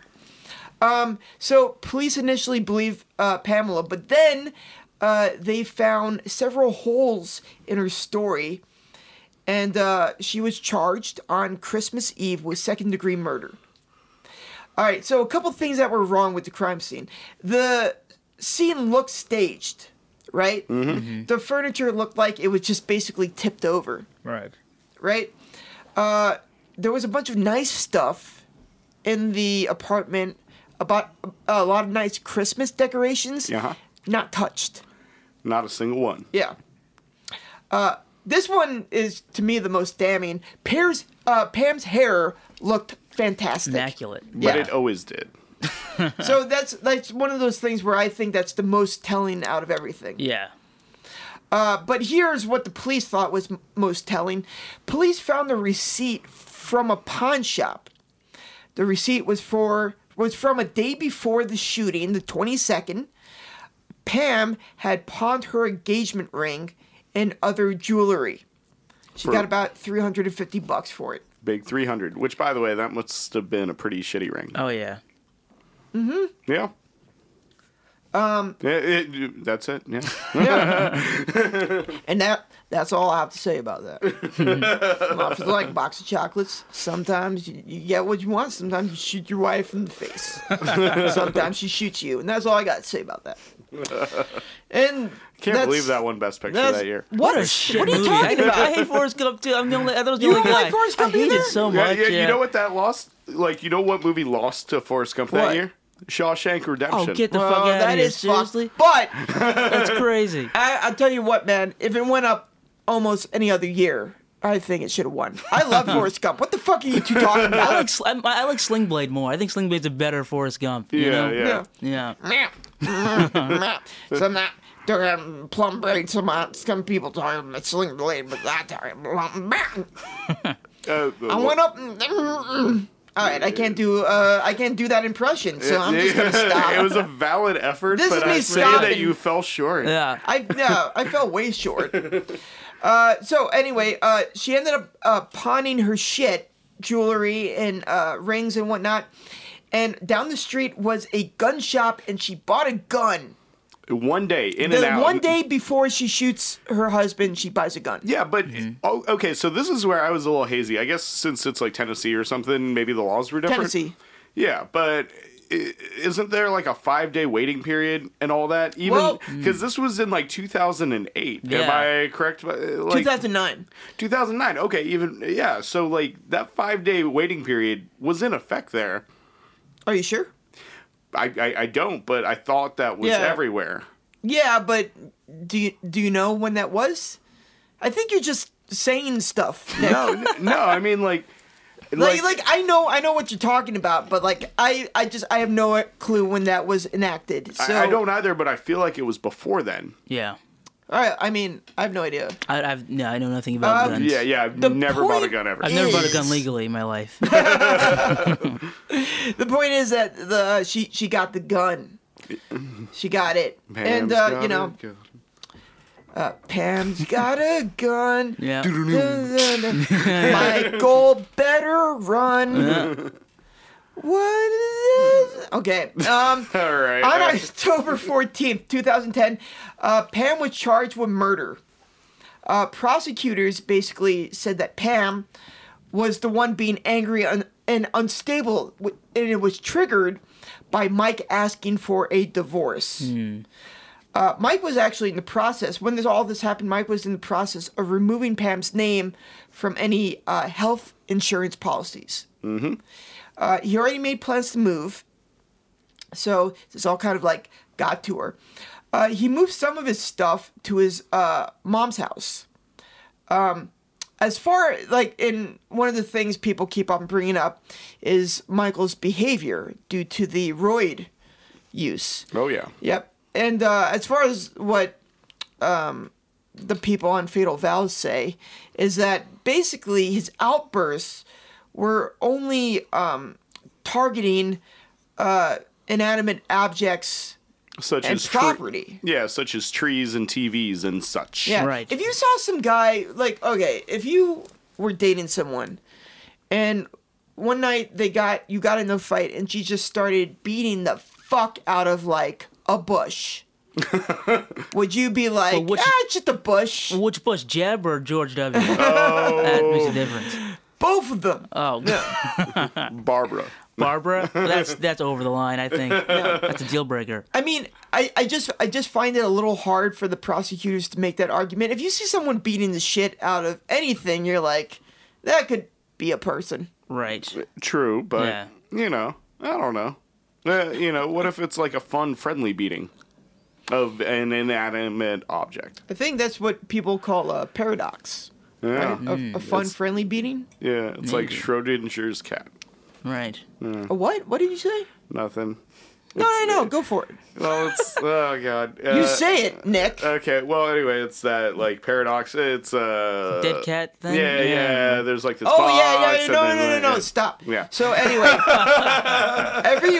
S2: Um, so police initially believe uh, Pamela, but then uh, they found several holes in her story, and uh, she was charged on Christmas Eve with second degree murder. All right, so a couple things that were wrong with the crime scene. The scene looked staged, right?
S3: Mm-hmm.
S2: The furniture looked like it was just basically tipped over
S7: Right.
S2: right? Uh, there was a bunch of nice stuff in the apartment about uh, a lot of nice Christmas decorations,
S3: Uh-huh.
S2: not touched.
S3: Not a single one.
S2: Yeah. Uh, this one is to me the most damning. Pam's uh, Pam's hair looked fantastic.
S4: Immaculate.
S3: But
S2: Yeah.
S3: it always did.
S2: so that's that's one of those things where I think that's the most telling out of everything.
S4: Yeah.
S2: Uh, but here's what the police thought was m- most telling. Police found a receipt from a pawn shop. The receipt was for was from a day before the shooting, the 22nd. Pam had pawned her engagement ring and other jewelry. She
S3: For-
S2: got about 350 bucks for it.
S3: Big 300, which, by the way, that must have been a pretty shitty ring.
S4: Oh yeah.
S3: Yeah. Um. that's it.
S2: [laughs]
S3: Yeah.
S2: And that that's all I have to say about that.
S3: [laughs]
S2: Not for like a box of chocolates. Sometimes you, you get what you want. Sometimes you shoot your wife in the
S3: [laughs]
S2: face. sometimes she shoots you, and that's all I got to say about that. And
S3: Can't
S2: that's-
S3: believe that won Best Picture
S2: that's-
S3: that year.
S2: What,
S4: What
S2: a
S4: a shit
S2: What are you
S4: movie.
S2: talking
S4: I,
S2: about?
S4: I hate Forrest Gump too. I'm the only. I thought I was the
S2: You
S4: only
S2: don't like
S4: guy.
S2: Forrest Gump
S4: I hate
S2: either?
S4: it so
S3: Yeah,
S4: much.
S3: yeah,
S4: yeah.
S3: You know what that lost? Like, you know what movie lost to Forrest Gump that
S2: What?
S3: year? Shawshank
S4: Oh,
S3: Redemption. Uh,
S4: get the
S2: Oh,
S4: fuck out of
S2: that
S4: here!
S2: is fucked.
S4: Seriously,
S2: But
S4: that's
S2: [laughs]
S4: crazy.
S2: I, I'll tell you what, man. If it went up almost any other year, I think it should have won. I
S3: [laughs]
S2: love Forrest Gump. What the fuck are you two talking about?
S4: I like Sl- I, I like Sling Blade more. I think Sling Blade's a better Forrest Gump. you
S3: yeah,
S4: know?
S3: yeah.
S2: Yeah.
S4: yeah.
S2: [laughs] so not there um, plum braid some uh, some people talking about sling blade, but that time plum braid.
S3: Uh,
S2: I
S3: [laughs]
S2: went up. and- mm. All right, I can't do uh, I can't do that impression, so I'm just
S3: [laughs]
S2: gonna stop.
S3: it was a valid effort,
S2: This
S3: but
S2: is me
S3: I say that
S2: stopping.
S3: you fell short.
S4: Yeah.
S2: I no, I fell way short. Uh, so anyway, uh, she ended up uh, pawning her shit, jewelry and uh, rings and whatnot. And down the street was a gun shop, and she bought a gun.
S3: One day, in and
S2: The
S3: out.
S2: one day before she shoots her husband, she buys a gun.
S3: Yeah, but
S4: Mm-hmm.
S3: oh, okay. So this is where I was a little hazy. I guess since it's like Tennessee or something, maybe the laws were different.
S2: Tennessee.
S3: Yeah, but i- isn't there like a five day waiting period and all that? Even
S2: Well- mm.
S3: because this was in like 2008. Am
S4: Yeah.
S3: I correct? Uh, Like
S2: 2009.
S3: 2009. Okay, even yeah. So like that five day waiting period was in effect there.
S2: Are you sure?
S3: I I, I don't, but I thought that was
S2: Yeah. [laughs]
S3: everywhere.
S2: Yeah, but do you do you know when that was? I think you're just saying
S3: [laughs]
S2: stuff. Nick.
S3: No, n- no. I mean like.
S2: like, like I know I know what you're talking about, but like I I just I have no clue when that was enacted.
S3: I-
S2: So
S3: I don't either, but I feel like it was before then.
S4: Yeah.
S2: All right, I mean I have no idea.
S4: I, I've no. I know nothing about
S2: Um,
S4: guns.
S3: Yeah, yeah. I've
S2: The
S3: never bought a
S2: point
S3: gun ever.
S4: I've never bought a
S2: is-
S4: gun legally in my life. [laughs]
S3: [clears throat]
S2: The point is that the she she got the gun. She got it. and
S3: Pam's
S2: uh,
S3: got
S2: you know,
S3: a gun.
S2: uh, Pam's got a gun.
S4: Yeah.
S2: Dun, dun, dun. Michael, better run. What is it? Okay. Um,
S3: All right.
S2: on
S3: uh,
S2: October
S3: [laughs]
S2: 14th, 2010, uh, Pam was charged with murder. Uh, prosecutors basically said that Pam was the one being angry and, and unstable, wi- and it was triggered by Mike asking for a divorce.
S3: Hmm.
S2: Uh, Mike was actually in the process when this all this happened. Mike was in the process of removing Pam's name from any uh, health insurance policies. Mm-hmm. Uh, he already made plans to move, so this all kind of like got to her. Uh, he moved some of his stuff to his uh, mom's house. Um, as far like in one of the things people keep on bringing up is Michael's behavior due to the roid use.
S3: oh yeah.
S2: Yep. And uh, as far as what um, the people on Fatal Vows say, is that basically his outbursts were only um, targeting uh, inanimate objects.
S3: Such
S2: And
S3: as tre-
S2: property.
S3: yeah, such as trees and TVs and such.
S2: Yeah.
S4: Right.
S2: If you saw some guy, like, okay, if you were dating someone and one night they got, you got in a fight and she just started beating the fuck out of like a [laughs] bush. Would you be like,
S4: what's-
S2: ah, it's just a bush?
S4: Which Bush, Jeb or George
S3: [laughs]
S4: W? Oh. That makes a difference.
S2: Both of them.
S4: Oh,
S3: Barbara. [laughs]
S4: Barbara, that's that's over the line. I think that's a deal breaker.
S2: I mean, I, I just I just find it a little hard for the prosecutors to make that argument. If you see someone beating the shit out of anything, you're like, that could be a person.
S4: Right.
S3: True, but
S4: Yeah.
S3: you know, I don't know. Uh, you know, what if it's like a fun, friendly beating of an inanimate object?
S2: I think that's what people call a paradox.
S3: Yeah,
S2: A, a fun, friendly beating?
S3: Mm, yeah. It's like Schrodinger's cat.
S4: Right.
S2: A what? What did you say?
S3: Nothing.
S2: No, no, no. Go for it. [laughs]
S3: Well, it's oh god. Uh,
S2: You say it, Nick.
S3: Okay. Well, anyway, it's that like paradox. It's uh
S4: Dead cat
S3: Yeah,
S4: thing.
S3: yeah. There's like this.
S2: Oh yeah, yeah,
S3: box
S2: yeah, no,
S3: and
S2: no, no,
S3: then,
S2: no,
S3: uh,
S2: stop.
S3: Yeah.
S2: So
S3: [laughs]
S2: anyway, every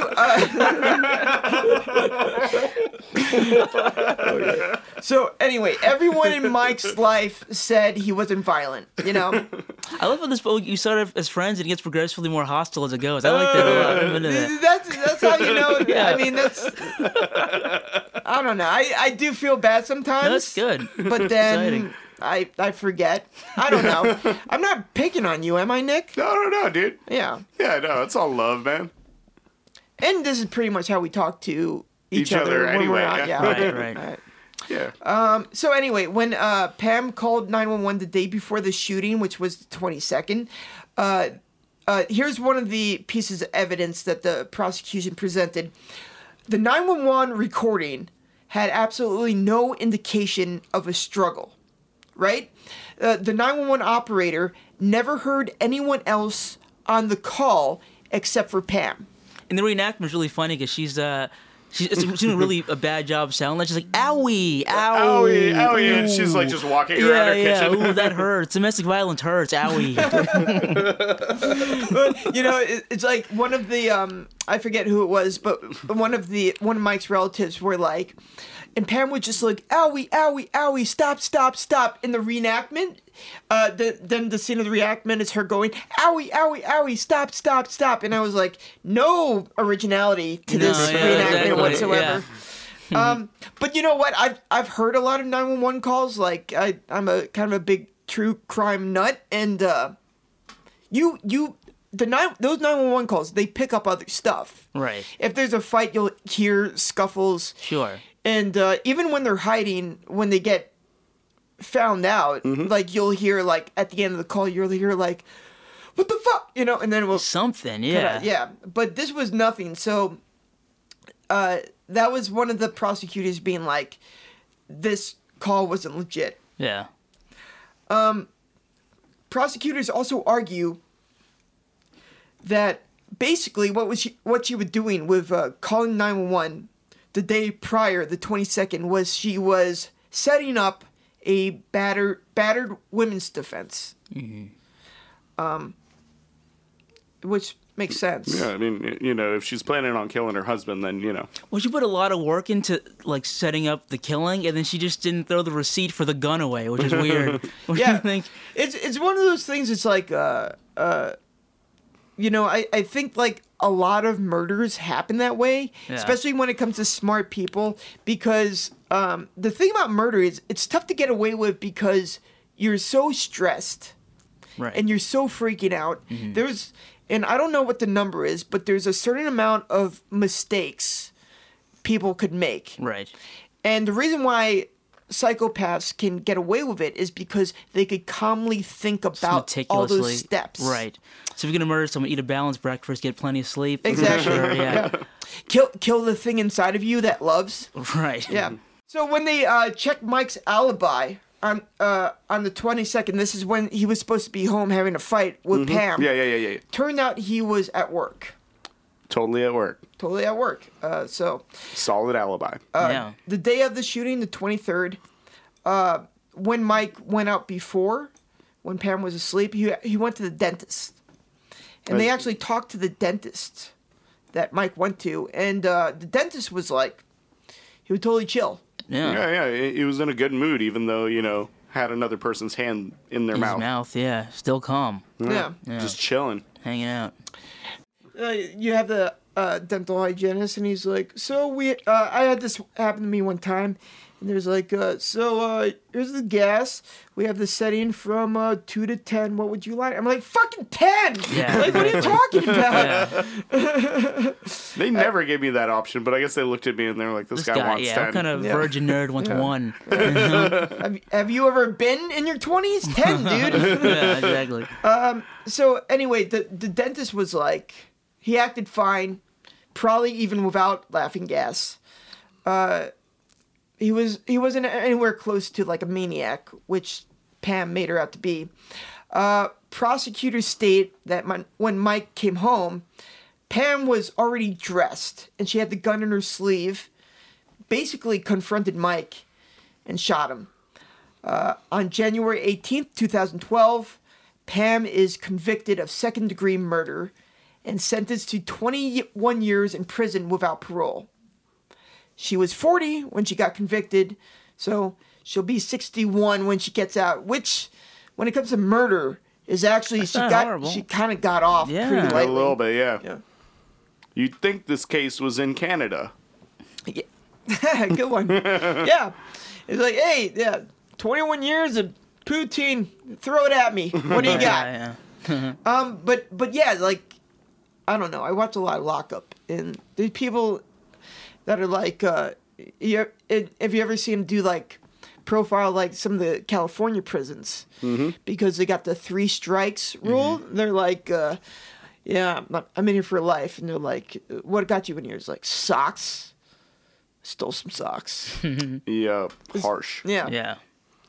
S2: uh, [laughs] Oh, so anyway, everyone in
S3: [laughs]
S2: Mike's life said he wasn't violent. You know,
S4: I love how this. oh, You start off as friends and it gets progressively more hostile as it goes. I like that a
S3: [laughs]
S4: lot. I'm into that.
S2: that's that's how
S4: [laughs]
S2: you know. I mean, that's I don't know. I I do feel bad sometimes.
S4: No, That's
S3: [laughs]
S4: good.
S2: But then
S4: Exciting.
S2: I I forget. I don't
S3: [laughs]
S2: know. I'm not picking on you, am I, Nick?
S3: No, no, no, dude.
S2: Yeah.
S3: Yeah, no, it's all love, man.
S2: And this is pretty much how we talk to each,
S3: Each other
S2: when we're
S3: anyway, [laughs]
S2: out.
S3: yeah.
S2: Yeah.
S4: Right, right.
S2: Alright.
S3: Yeah.
S2: So anyway, when uh, Pam called 911 the day before the shooting, which was the 22nd, uh, uh, here's one of the pieces of evidence that the prosecution presented. The 911 recording had absolutely no indication of a struggle, right? Uh, the 911 operator never heard anyone else on the call except for Pam.
S4: And the reenactment's really funny because she's uh. She's, it's- she's doing a really a bad job sounding like she's like owie, owie,
S3: Owie, owie, and she's like
S4: ooh."
S3: just walking around
S4: yeah,
S3: her
S4: yeah,
S3: kitchen.
S4: ooh, that hurts. Domestic violence hurts.
S3: [laughs]
S4: Owie.
S2: [laughs] you know, it, it's like one of the um, I forget who it was, but one of the one of Mike's relatives were like, and Pam would just like, owie, owie, owie, stop, stop, stop. In the reenactment, uh, the, then the scene of the reenactment is her going, owie, owie, owie, stop, stop, stop. And I was like, no originality to this
S4: yeah,
S2: reenactment
S4: exactly,
S2: whatsoever.
S4: Mm-hmm.
S2: Um, but you know what? I've I've heard a lot of 911 calls. Like I I'm a kind of a big true crime nut, and uh, you you the nine those 911 calls they pick up other stuff.
S4: Right.
S2: If there's a fight, you'll hear scuffles.
S4: Sure.
S2: And uh, even when they're hiding, when they get found out,
S4: Mm-hmm.
S2: like you'll hear like at the end of the call, you'll hear like, "What the fuck," you know, and then we'll
S4: Something.
S2: yeah.
S4: Yeah.
S2: yeah, but this was nothing. So uh, that was one of the prosecutors being like, this call wasn't legit.
S4: Yeah.
S2: Prosecutors also argue that basically what was she, what she was doing with uh, calling 911 the day prior, the 22nd, was she was setting up a battered battered women's defense. Um, which Makes sense.
S3: Yeah, I mean, you know, if she's planning on killing her husband, then you know.
S4: Well, she put a lot of work into like setting up the killing, and then she just didn't throw the receipt for the gun away, which is
S3: [laughs]
S4: weird. [laughs] What do you
S2: yeah.
S4: think?
S2: It's it's one of those things. It's like, uh, uh, you know, I, I think like a lot of murders happen that way,
S4: Yeah.
S2: especially when it comes to smart people, because um, the thing about murder is it's tough to get away with because you're so stressed
S4: Right.
S2: and you're so freaking out. There's and I don't know what the number is, but there's a certain amount of mistakes people could make.
S4: right.
S2: And the reason why psychopaths can get away with it is because they could calmly think about all
S4: meticulously.
S2: those steps.
S4: Right. So if you're gonna murder someone, eat a balanced breakfast, get plenty of sleep.
S2: Exactly.
S4: Sure, yeah.
S2: Kill kill the thing inside of you that loves.
S4: [laughs] Mm-hmm. Right.
S2: Yeah. So when they uh, checked Mike's alibi on uh, on the 22nd, this is when he was supposed to be home having a fight with Pam.
S3: Mm-hmm. Yeah, yeah, yeah, yeah. yeah.
S2: Turned out he was at work.
S3: Totally at work.
S2: Totally at work. Uh, so
S3: Solid alibi.
S4: yeah.
S2: the day of the shooting, the 23rd, uh, when Mike went out before, when Pam was asleep, he, he went to the dentist. And they
S3: Right.
S2: actually talked to the dentist that Mike went to. And uh, the dentist was like, he was totally chill.
S4: Yeah.
S3: yeah, yeah. He he was in a good mood, even though you know had another person's hand in their
S4: His
S3: mouth.
S4: mouth. yeah, still calm,
S2: Yeah.
S3: just chilling.
S4: hanging out.
S2: Uh, you have the uh, dental hygienist, and he's like, "So we, uh, I had this happen to me one time." And there's like, uh, "So uh, here's the gas. We have the setting from uh, two to ten. What would you like?" I'm like, "Fucking ten!
S4: Yeah.
S2: Like, what are
S4: [laughs]
S2: you talking about?"
S4: Yeah.
S3: They never gave me that option, but I guess they looked at me and they were like, "This,
S4: This
S3: guy,
S4: guy,
S3: wants
S4: yeah,
S3: ten.
S4: what kind of virgin
S2: [laughs]
S4: nerd wants one?
S2: Have, have you ever been in your twenties?
S4: [laughs]
S2: Ten, dude.
S4: yeah,
S2: [laughs]
S4: exactly.
S2: so anyway, the the dentist was like, he acted fine, probably even without laughing gas. Uh, he was he wasn't anywhere close to like a maniac, which Pam made her out to be. Uh, prosecutors state that my, when Mike came home, Pam was already dressed and she had the gun in her sleeve. Basically, confronted Mike and shot him. Uh, On January 18th, 2012, Pam is convicted of second degree murder and sentenced to 21 years in prison without parole. She was 40 when she got convicted, so she'll be 61 when she gets out, which, when it comes to murder, is actually she
S4: not
S2: got
S4: horrible.
S2: she kind of got off
S4: Yeah.
S2: pretty
S4: A
S3: a
S2: lightly.
S3: little bit, yeah.
S2: Yeah.
S3: You'd think this case was in Canada.
S2: [laughs] Good one. yeah. It's like, hey, yeah, 21 years of poutine, throw it at me.
S4: [laughs]
S2: What do you got?
S4: Yeah,
S2: Um, but but yeah, like I don't know. I watch a lot of Lockup, and there's people that are like, uh, you it, have you ever seen them do like profile like some of the California prisons because they got the three strikes rule. They're like. Uh, yeah, I'm, not- I'm in here for life, and they're like, "What got you in here?" It's like socks. Stole some socks.
S3: Yeah, harsh.
S2: Yeah.
S4: yeah. yeah.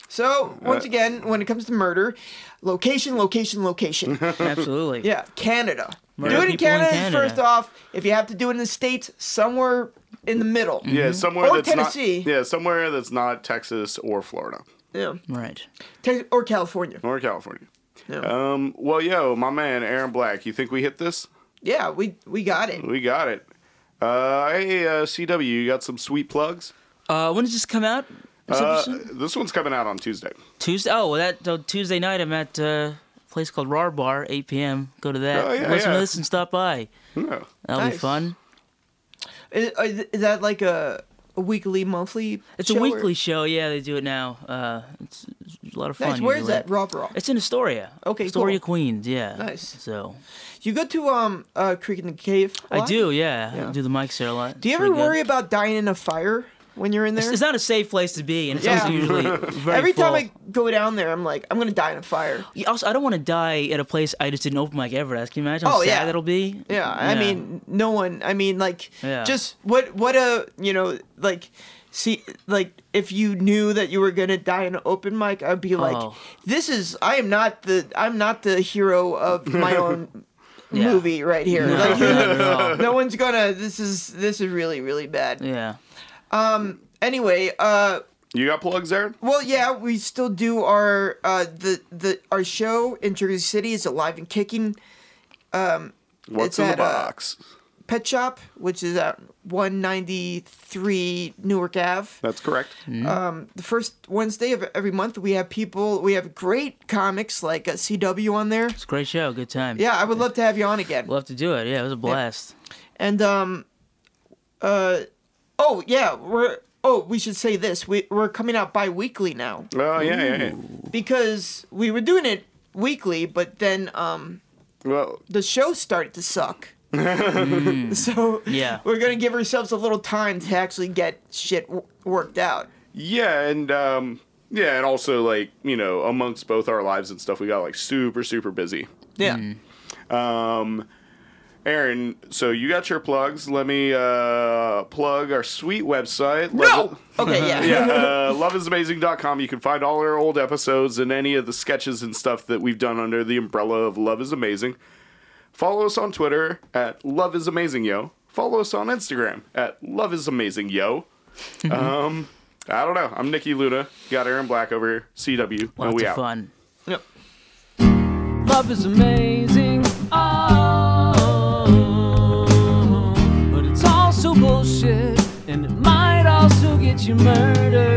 S2: So once again, when it comes to murder, location, location, location.
S4: Absolutely.
S2: Yeah, Canada.
S4: Murder
S2: do it in
S4: people in
S2: Canada,
S4: Canada.
S2: first off. If you have to do it in the States, somewhere in the middle.
S4: Mm-hmm.
S3: Yeah, somewhere
S2: Or
S3: that's
S2: Tennessee.
S3: not. Yeah, somewhere that's not Texas or Florida
S2: Yeah.
S4: Right.
S2: Tex- Or California.
S3: or California.
S2: Yeah.
S3: Um. Well, yo, my man Aaron Black. You think we hit this?
S2: yeah, we we got it.
S3: We got it. Uh, hey, uh, CW, you got some sweet plugs?
S4: Uh, when does this come out? This
S3: Uh,
S4: episode?
S3: this one's coming out on Tuesday.
S4: Tuesday. Oh, well, that so Tuesday night I'm at uh, a place called Rar Bar, 8 p.m. Go to that.
S3: Oh, yeah,
S4: listen
S3: yeah.
S4: to this and stop by.
S3: Yeah.
S4: That'll be
S2: Nice.
S4: fun.
S2: Is, is that like a, a weekly, monthly?
S4: It's a
S2: show or-
S4: weekly show. Yeah, they do it now. Uh, it's, it's a lot of fun.
S2: Nice. Where is
S4: usually.
S2: that? Rob Raw.
S4: It's in Astoria.
S2: Okay,
S4: Astoria,
S2: cool.
S4: Queens. Yeah.
S2: Nice.
S4: So
S2: You go to um uh, Creek in the Cave. a
S4: I
S2: lot?
S4: do. Yeah.
S2: Yeah.
S4: I do the mics there a lot.
S2: Do you ever worry about dying in a fire when you're in there?
S4: It's not a safe place to be, and it's
S2: Yeah.
S4: also usually
S1: [laughs]
S4: very
S2: Every
S4: full.
S2: time I go down there, I'm like, I'm gonna die in a fire.
S4: Yeah, Also, I don't want to die at a place I just didn't open mic ever. at. Can you imagine
S2: Oh,
S4: how sad
S2: yeah.
S4: that'll be?
S2: Yeah,
S4: [laughs]
S2: I mean, no one. I mean, like,
S4: Yeah.
S2: just what, what a, you know, like, see, like, if you knew that you were gonna die in an open mic, I'd be like,
S4: Oh.
S2: this is, I am not the, I'm not the hero of
S4: [laughs]
S2: my own
S4: Yeah.
S2: movie right here.
S4: No, [laughs]
S2: Like,
S4: not at all.
S2: no one's gonna. This is, this is really, really bad.
S4: Yeah.
S2: Anyway, uh,
S3: You got plugs, Aaron?
S2: well, yeah, we still do our uh the the our show in Jersey City is alive and kicking. Um, It's
S3: What's in the
S2: at, uh,
S3: box?
S2: Pet Shop, which is at 193 Newark Ave.
S3: That's correct. Uh,
S2: The first Wednesday of every month, we have people, we have great comics like uh, CW on there.
S4: It's a great show. Good time.
S2: Yeah, I would love to have you on again.
S4: We'll have to do it. Yeah, it was a blast.
S2: And um, uh, oh yeah, we're oh we should say this. We we're coming out bi-weekly now
S3: Oh yeah, yeah, yeah.
S2: because we were doing it weekly, but then um
S3: Well,
S2: the show started to suck. [laughs] so
S4: Yeah.
S2: we're gonna give ourselves a little time to actually get shit w- worked out.
S3: yeah, and um, yeah, and also like you know, amongst both our lives and stuff, we got like super, super busy.
S2: Yeah.
S3: Aaron, so you got your plugs. Let me uh, plug our sweet website.
S2: No.
S3: Love-
S2: Okay. Yeah. [laughs]
S3: yeah, uh, loveisamazing.com. You can find all our old episodes and any of the sketches and stuff that we've done under the umbrella of Love is Amazing. Follow us on Twitter at Love is Amazing Yo. Follow us on Instagram at Love is Amazing Yo. um, I don't know. I'm Nikki Luna. Got Aaron Black over here. CW. and
S4: Lots
S3: we
S4: of
S3: out.
S4: fun.
S1: Love is amazing, oh, but it's also bullshit, and it might also get you murdered.